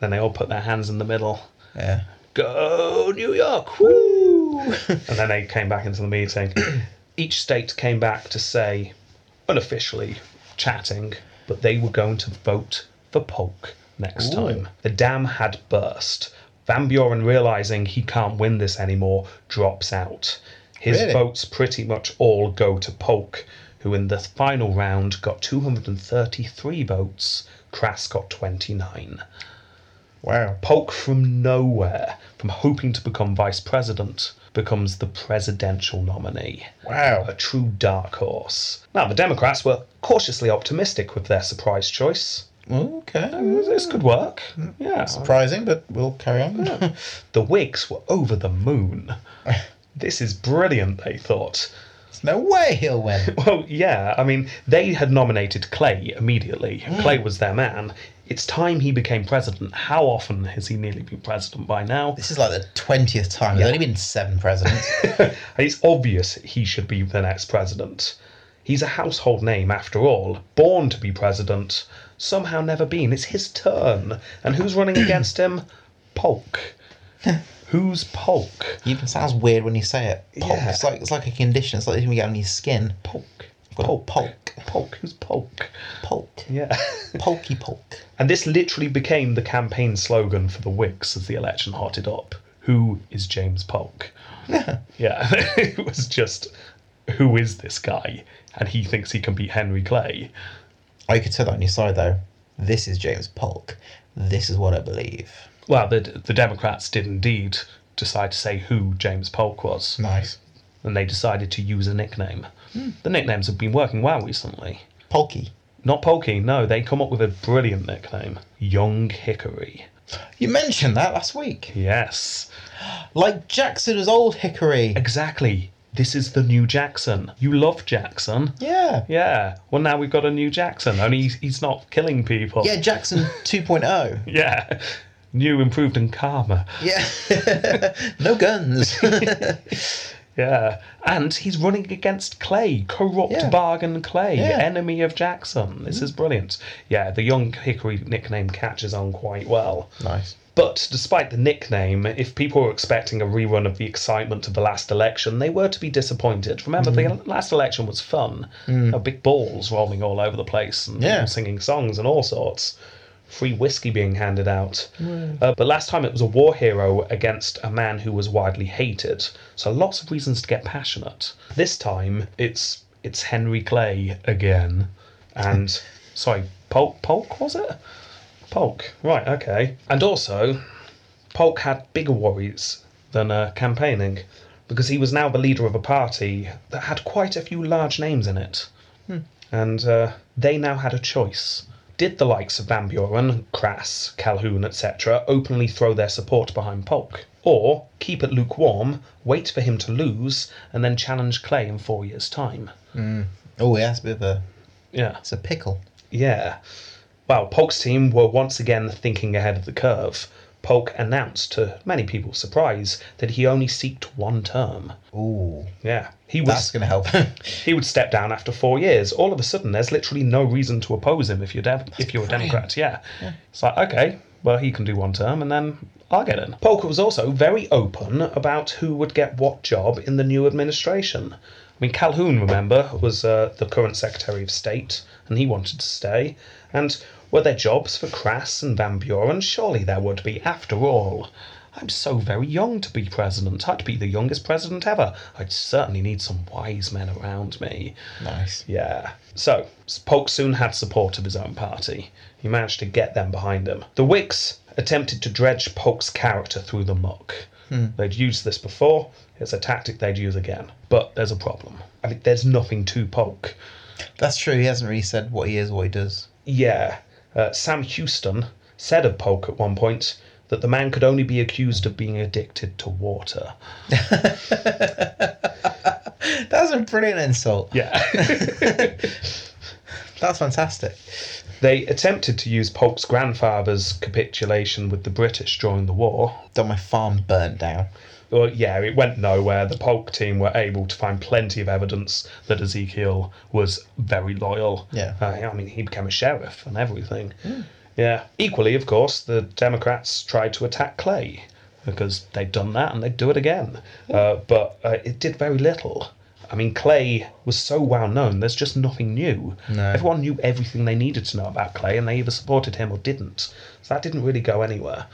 C: Then they all put their hands in the middle.
B: yeah.
C: Go New York! Woo! and then they came back into the meeting. Each state came back to say, unofficially, chatting, but they were going to vote for Polk next
B: Ooh.
C: time. The dam had burst. Van Buren, realizing he can't win this anymore, drops out. His
B: Really?
C: votes pretty much all go to Polk, who in the final round got 233 votes. Crass got 29.
B: Wow.
C: Polk from nowhere, from hoping to become vice president, becomes the presidential nominee. A
B: Wow.
C: true dark horse. Now, the Democrats were cautiously optimistic with their surprise choice.
B: Okay.
C: This could work. Yeah.
B: Surprising, but we'll carry on.
C: The Whigs were over the moon. This is brilliant, they thought.
B: There's no way he'll win.
C: Well, yeah, I mean, they had nominated Clay immediately. Clay was their man. It's time he became president. How often has he nearly been president by now?
B: This is like the twentieth time. There's only been seven presidents.
C: And it's obvious he should be the next president. He's a household name after all, born to be president, somehow never been. It's his turn. And who's running against him? Polk. who's Polk?
B: It even sounds weird when you say it. Pulp.
C: Yeah.
B: It's like it's like a condition. It's like when you get on your skin.
C: Polk.
B: Got a pulk.
C: Polk. Who's Polk?
B: Pulk.
C: Yeah.
B: Pulky pulk.
C: and this literally became the campaign slogan for the Whigs as the election hotted up. Who is James Polk? yeah, it was just, who is this guy? And he thinks he can beat Henry Clay.
B: I Oh, could tell that on your side though. This is James Polk. This is what I believe.
C: Well, the the Democrats did indeed decide to say who James Polk was,
B: Nice.
C: and they decided to use a nickname. The nicknames have been working well recently.
B: Polky.
C: Not Polky, no, they come up with a brilliant nickname Young Hickory.
B: You mentioned that last week.
C: Yes,
B: Like Jackson was old Hickory.
C: exactly. This is the new Jackson. You love Jackson.
B: Yeah.
C: Yeah, well, now we've got a new Jackson, only he's, he's not killing people.
B: Yeah, Jackson oh. 2.0.
C: Yeah. New, improved, and calmer.
B: Yeah. no guns.
C: Yeah, and he's running against Clay, corrupt
B: Yeah.
C: bargain Clay,
B: Yeah. Mm-hmm.
C: enemy of Jackson. This is brilliant. Yeah, the young Hickory nickname catches on quite well.
B: nice.
C: But despite the nickname, if people were expecting a rerun of the excitement of the last election, they were to be disappointed. Remember, the last election was fun. There were big balls rolling all over the place and
B: Yeah.
C: people singing songs and all sorts. Free whiskey being handed out. Uh, but last time it was a war hero against a man who was widely hated. So lots of reasons to get passionate. This time it's it's Henry Clay again and sorry, Polk, Polk was it? Polk, right, okay. And also, Polk had bigger worries than uh, campaigning because he was now the leader of a party that had quite a few large names in it. And uh, they now had a choice. Did the likes of Van Buren, Crass, Calhoun, etc., openly throw their support behind Polk? Or keep it lukewarm, wait for him to lose, and then challenge Clay in four years' time?
B: Oh, yeah, it's a bit of a
C: Yeah.
B: it's a pickle.
C: Yeah. Well, Polk's team were once again thinking ahead of the curve. Polk announced, to many people's surprise, that he only seeked one term.
B: Ooh,
C: Yeah. He was
B: that's going to help.
C: he would step down after four years. All of a sudden, there's literally no reason to oppose him if you're de- if you're a Democrat. Yeah. it's like okay, well he can do one term and then I'll get in. Polk was also very open about who would get what job in the new administration. I mean, Calhoun, remember, was uh, the current Secretary of State, and he wanted to stay. And were there jobs for Crass and Van Buren? Surely there would be, after all. I'm so very young to be president. I'd be the youngest president ever. I'd certainly need some wise men around me.
B: nice.
C: Yeah. So, Polk soon had support of his own party. He managed to get them behind him. The Whigs attempted to dredge Polk's character through the muck. They'd used this before, it's a tactic they'd use again. But there's a problem. I mean, there's nothing to Polk.
B: That's true. He hasn't really said what he is, what he does.
C: Yeah. Uh, Sam Houston said of Polk at one point that the man could only be accused of being addicted to water.
B: That's a brilliant insult.
C: Yeah.
B: That's fantastic.
C: they attempted to use Polk's grandfather's capitulation with the British during the war.
B: Done my farm burnt down.
C: Well, yeah, it went nowhere. The Polk team were able to find plenty of evidence that Ezekiel was very loyal.
B: Yeah. Hmm.
C: Uh, I mean, he became a sheriff and everything. Yeah. Equally, of course, the Democrats tried to attack Clay because they'd done that and they'd do it again.
B: Hmm.
C: Uh, but uh, it did very little. I mean, Clay was so well known, there's just nothing new.
B: No.
C: Everyone knew everything they needed to know about Clay, and they either supported him or didn't. So that didn't really go anywhere.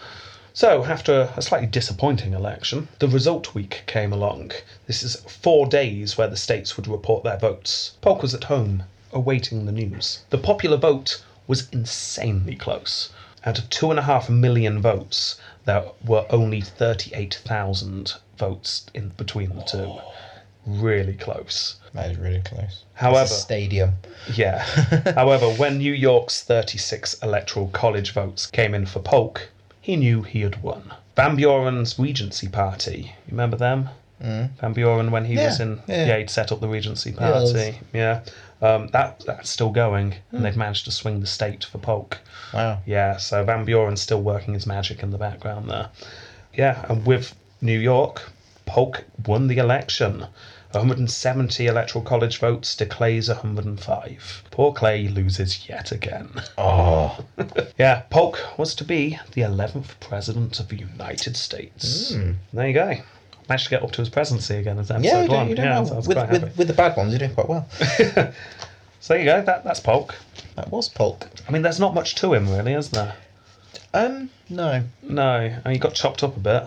C: So, after a slightly disappointing election, the result week came along. This is four days where the states would report their votes. Polk was at home, awaiting the news. The popular vote was insanely close. Out of two and a half million votes, there were only 38,000 votes in between the two. Really close.
B: That is really close.
C: However,
B: It's a stadium.
C: yeah. However, when New York's 36 electoral college votes came in for Polk, he knew he had won. Van Buren's Regency Party, you remember them? Mm. Van Buren, when he was
B: Yeah,
C: in,
B: yeah.
C: yeah. he'd set up the Regency
B: it
C: Party. Yeah, um, that that's still going,
B: Mm.
C: and they've managed to swing the state for Polk.
B: Wow.
C: Yeah, so Van Buren's still working his magic in the background there. Yeah, and with New York, Polk won the election. 170 electoral college votes to Clay's 105. Poor Clay loses yet again.
B: Oh.
C: Yeah, Polk was to be the 11th president of the United States. There you go. Managed to get up to his presidency again as episode
B: Hmm. Yeah, you
C: one.
B: don't, you don't
C: yeah, so I
B: know.
C: was
B: With,
C: quite
B: with,
C: happy.
B: with the bad ones, you're doing quite well.
C: So there you go. That that's Polk.
B: that was Polk.
C: I mean, there's not much to him really, is there?
B: Um, no.
C: No, I mean, he got chopped up a bit.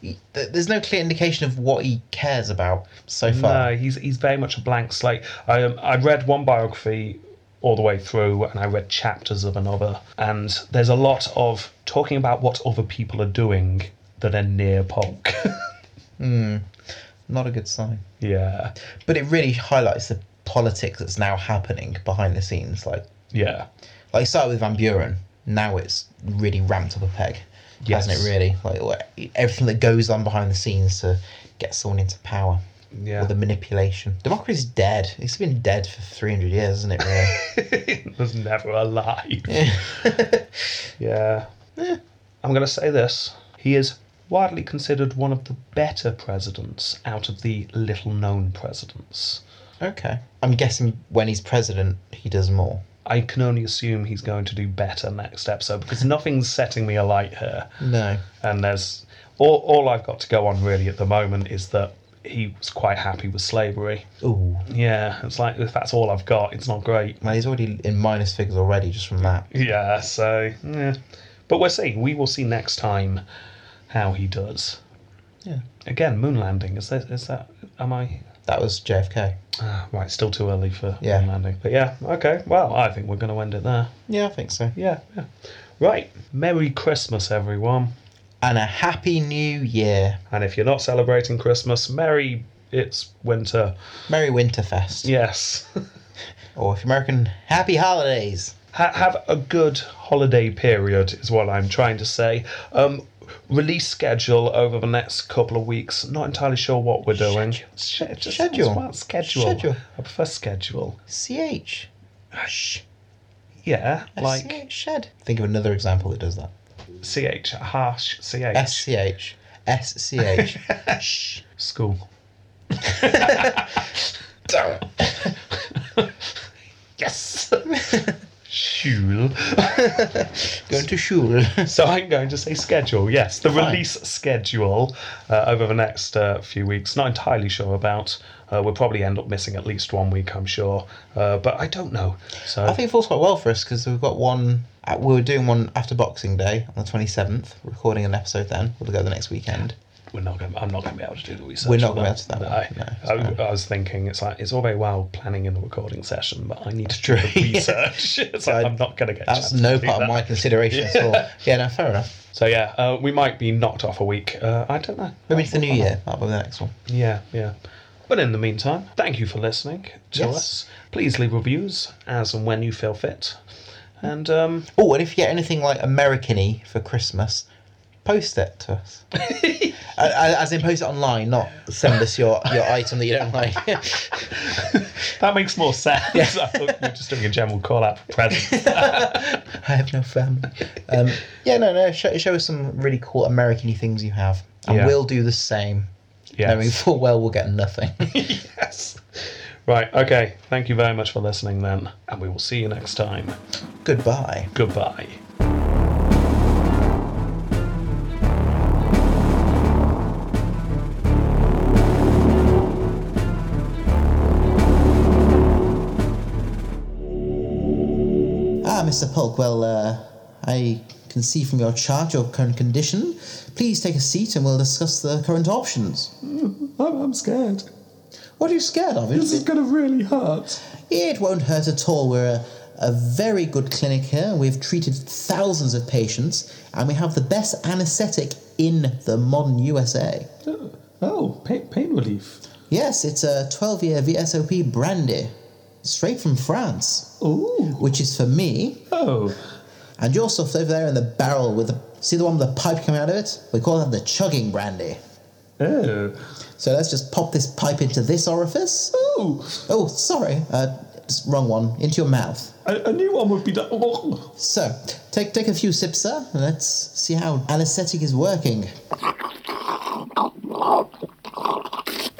B: He- th- There's no clear indication of what he cares about so far.
C: No, he's he's very much a blank slate. I um, I read one biography all the way through, and I read chapters of another, and there's a lot of talking about what other people are doing that are near Polk.
B: Not a good sign.
C: yeah,
B: But it really highlights the politics that's now happening behind the scenes. Like,
C: yeah,
B: like it started with Van Buren. Now it's really ramped up a peg, hasn't
C: Yes.
B: it? Really, like like, everything that goes on behind the scenes to get someone into power.
C: yeah.
B: Or the manipulation. Democracy's dead. It's been dead for 300 years, isn't it, really?
C: It was never alive. yeah. I'm going to say this. He is widely considered one of the better presidents out of the little known presidents.
B: okay. I'm guessing when he's president, he does more.
C: I can only assume he's going to do better next episode because nothing's setting me alight here.
B: No.
C: And there's all, all I've got to go on really at the moment is that he was quite happy with slavery.
B: Ooh.
C: Yeah, it's like if that's all I've got, it's not great.
B: Well, he's already in minus figures already just from that.
C: Yeah, so yeah. But we'll see. We will see next time how he does.
B: Yeah.
C: Again, moon landing. Is that is that am I
B: That was JFK.
C: Ah, right, still too early for
B: Yeah.
C: one landing. But yeah, okay. Well, I think we're going to end it there.
B: Yeah, I think so.
C: Yeah, yeah. Right. Merry Christmas, everyone.
B: And a happy new year.
C: And if you're not celebrating Christmas, merry it's winter.
B: Merry Winterfest.
C: Yes.
B: Or if you're American, happy holidays.
C: ha- have a good holiday period is what I'm trying to say. Um, release schedule over the next couple of weeks. Not entirely sure what we're doing. Sch- just-
B: Schedule.
C: what? Schedule.
B: Schedule.
C: I prefer schedule.
B: CH. Shh.
C: Yeah, like
B: SCH shed. Think of another example that does that.
C: ch harsh ch
B: SCH. SCH. Shh.
C: school.
B: Damn it.
C: Yes. Shul.
B: Going to school.
C: So I'm going to say schedule. Yes, the
B: Fine.
C: release schedule uh, over the next uh, few weeks. Not entirely sure about. Uh, we'll probably end up missing at least one week, I'm sure. Uh, but I don't know. So
B: I think it falls quite well for us because we've got one. uh, We were doing one after Boxing Day on the 27th, recording an episode then. We'll go the next weekend.
C: we're not. Gonna, I'm not going to be able to do the research.
B: We're not
C: on
B: gonna be able to do that
C: No.
B: one. No, it's
C: I, I was thinking it's like it's all very well planning in the recording session, but I need to do
B: true.
C: the research. it's like, I'm not going to get. a
B: That's
C: chance
B: no
C: to do
B: part
C: that.
B: of my consideration at all. Yeah, no, fair enough.
C: So yeah, uh, we might be knocked off a week. Uh, I don't know.
B: Maybe it's the new year. That'll be the next one.
C: Yeah, yeah. But in the meantime, thank you for listening to
B: Yes.
C: us. Please leave reviews as and when you feel fit. And um,
B: Oh, and if you get anything like American-y for Christmas, post it to us. Uh, uh, As in, post it online, not send us your, your item that you don't like.
C: that makes more sense. I thought we were just doing a general call out for presents.
B: I have no family. Um, yeah, no, no. Show, show us some really cool American-y things you have, and
C: Yeah.
B: we'll do the same, knowing
C: Yes.
B: full well we'll get nothing.
C: yes. Right, okay. Thank you very much for listening then. And we will see you next time.
B: Goodbye.
C: Goodbye.
B: Ah, Mr. Polk, well, uh, I can see from your chart your current condition. Please take a seat and we'll discuss the current options.
D: Mm, I'm, I'm scared.
B: What are you scared of?
D: This is gonna really hurt.
B: It won't hurt at all. We're a, a very good clinic here. We've treated thousands of patients and we have the best anaesthetic in the modern USA.
D: Oh, pain, pain relief.
B: Yes, it's a 12 year VSOP brandy, straight from France,
D: Ooh.
B: which is for me.
D: Oh.
B: And your stuff's over there in the barrel with the. See the one with the pipe coming out of it? We call that the chugging brandy.
D: Oh.
B: So let's just pop this pipe into this orifice.
D: Oh.
B: Oh, sorry. Uh, it's wrong one. Into your mouth.
D: A, a new one would be done. Oh.
B: So, take take a few sips, sir, and let's see how anaesthetic is working.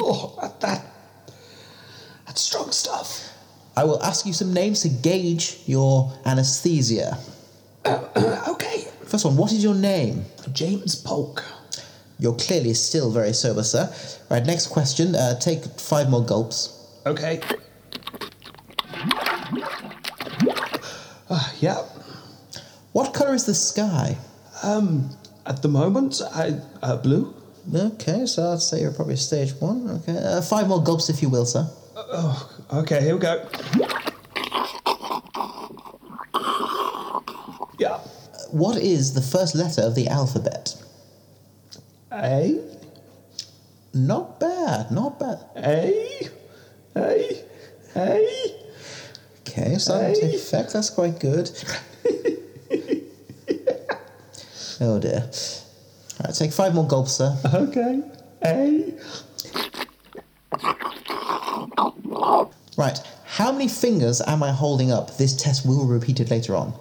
D: Oh, that, that. That's strong stuff.
B: I will ask you some names to gauge your anaesthesia.
D: Uh, Okay.
B: First one, what is your name?
D: James Polk.
B: You're clearly still very sober, sir. Right, next question. Uh, take five more gulps.
D: Okay. Uh, yeah.
B: What colour is the sky?
D: Um, at the moment, I. Uh, blue?
B: Okay, so I'd say you're probably stage one. Okay, uh, five more gulps, if you will, sir.
D: Okay, here we go. Yeah.
B: What is the first letter of the alphabet?
D: A.
B: Not bad, not bad.
D: A. A. A.
B: Okay, starting to
D: Hey.
B: take effect. That's quite good. oh dear. Alright, take five more gulps, sir.
D: Okay. A.
B: Right, how many fingers am I holding up? This test will be repeated later on.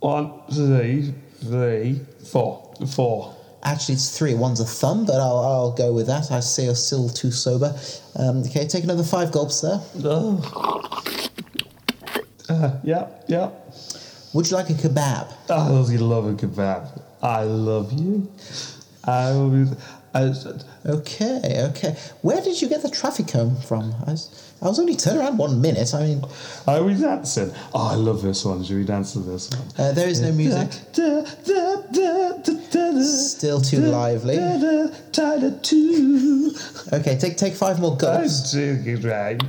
D: One, two, three, four. Four.
B: Actually, it's three. One's a thumb, but I'll, I'll go with that. I see you're still too sober. Um, okay, take another five gulps, sir.
D: Ugh. Uh, yeah, yeah.
B: Would you like a kebab?
D: I love you, love a kebab. I love you. I will be. I,
B: Okay, okay. Where did you get the traffic cone from? I was, I was only turned around one minute. I mean,
D: Are we dancing? Oh, I love this one. Should we dance to this one?
B: uh, there is no music.
D: Still
B: Still too lively.
D: Tighter too.
B: Okay, take take five more
D: I'm
B: gulps.
D: singing right.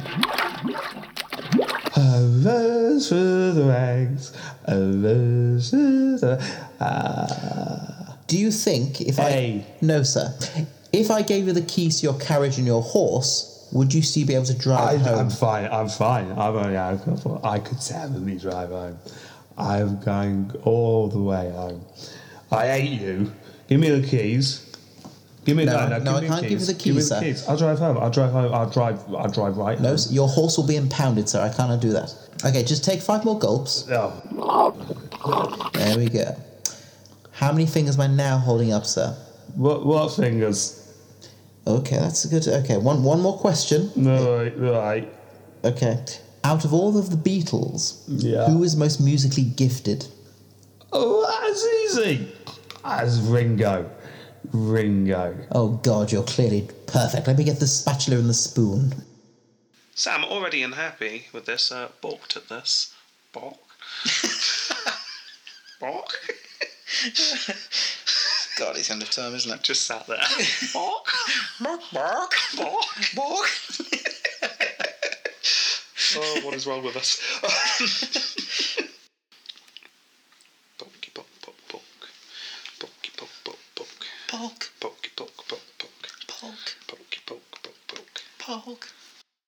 D: Others for the ranks. Others for the. Ah.
B: Do you think if
D: Hey.
B: I no sir, if I gave you the keys to your carriage and your horse, would you still be able to
D: I,
B: drive home?
D: I'm fine. I'm fine. I'm only alcohol. I could savagely drive home. I'm going all the way home. I hate you. Give me the keys. Give me
B: No, no,
D: no, no, give
B: I
D: me
B: can't
D: the
B: give
D: keys.
B: you the
D: Give me
B: keys,
D: the
B: sir.
D: keys. I'll drive home. I'll drive home. I'll drive. I'll drive right.
B: no,
D: home.
B: sir, your horse will be impounded, sir. I cannot do that. Okay, just take five more gulps.
D: Oh,
B: There we go. How many fingers am I now holding up, sir?
D: what? What fingers?
B: Okay, that's a good. Okay, one one more question.
D: No, right, right.
B: Okay, out of all of the Beatles,
D: Yeah.
B: who is most musically gifted?
D: Oh, that's easy. That's Ringo. Ringo.
B: Oh God, you're clearly perfect. Let me get the spatula and the spoon.
C: Sam, already unhappy with this, uh, balked at this. Balk? Balk?
E: God, it's end of term, isn't it?
C: Just sat there. Balk? Bark, bark, balk, balk. oh, what is wrong with us? Pokey, poke, poke, poke. Pokey, poke, poke, poke.
E: Polk,
C: Pokey, poke, poke, poke.
E: polk,
C: Pokey, poke, poke, poke.
E: polk.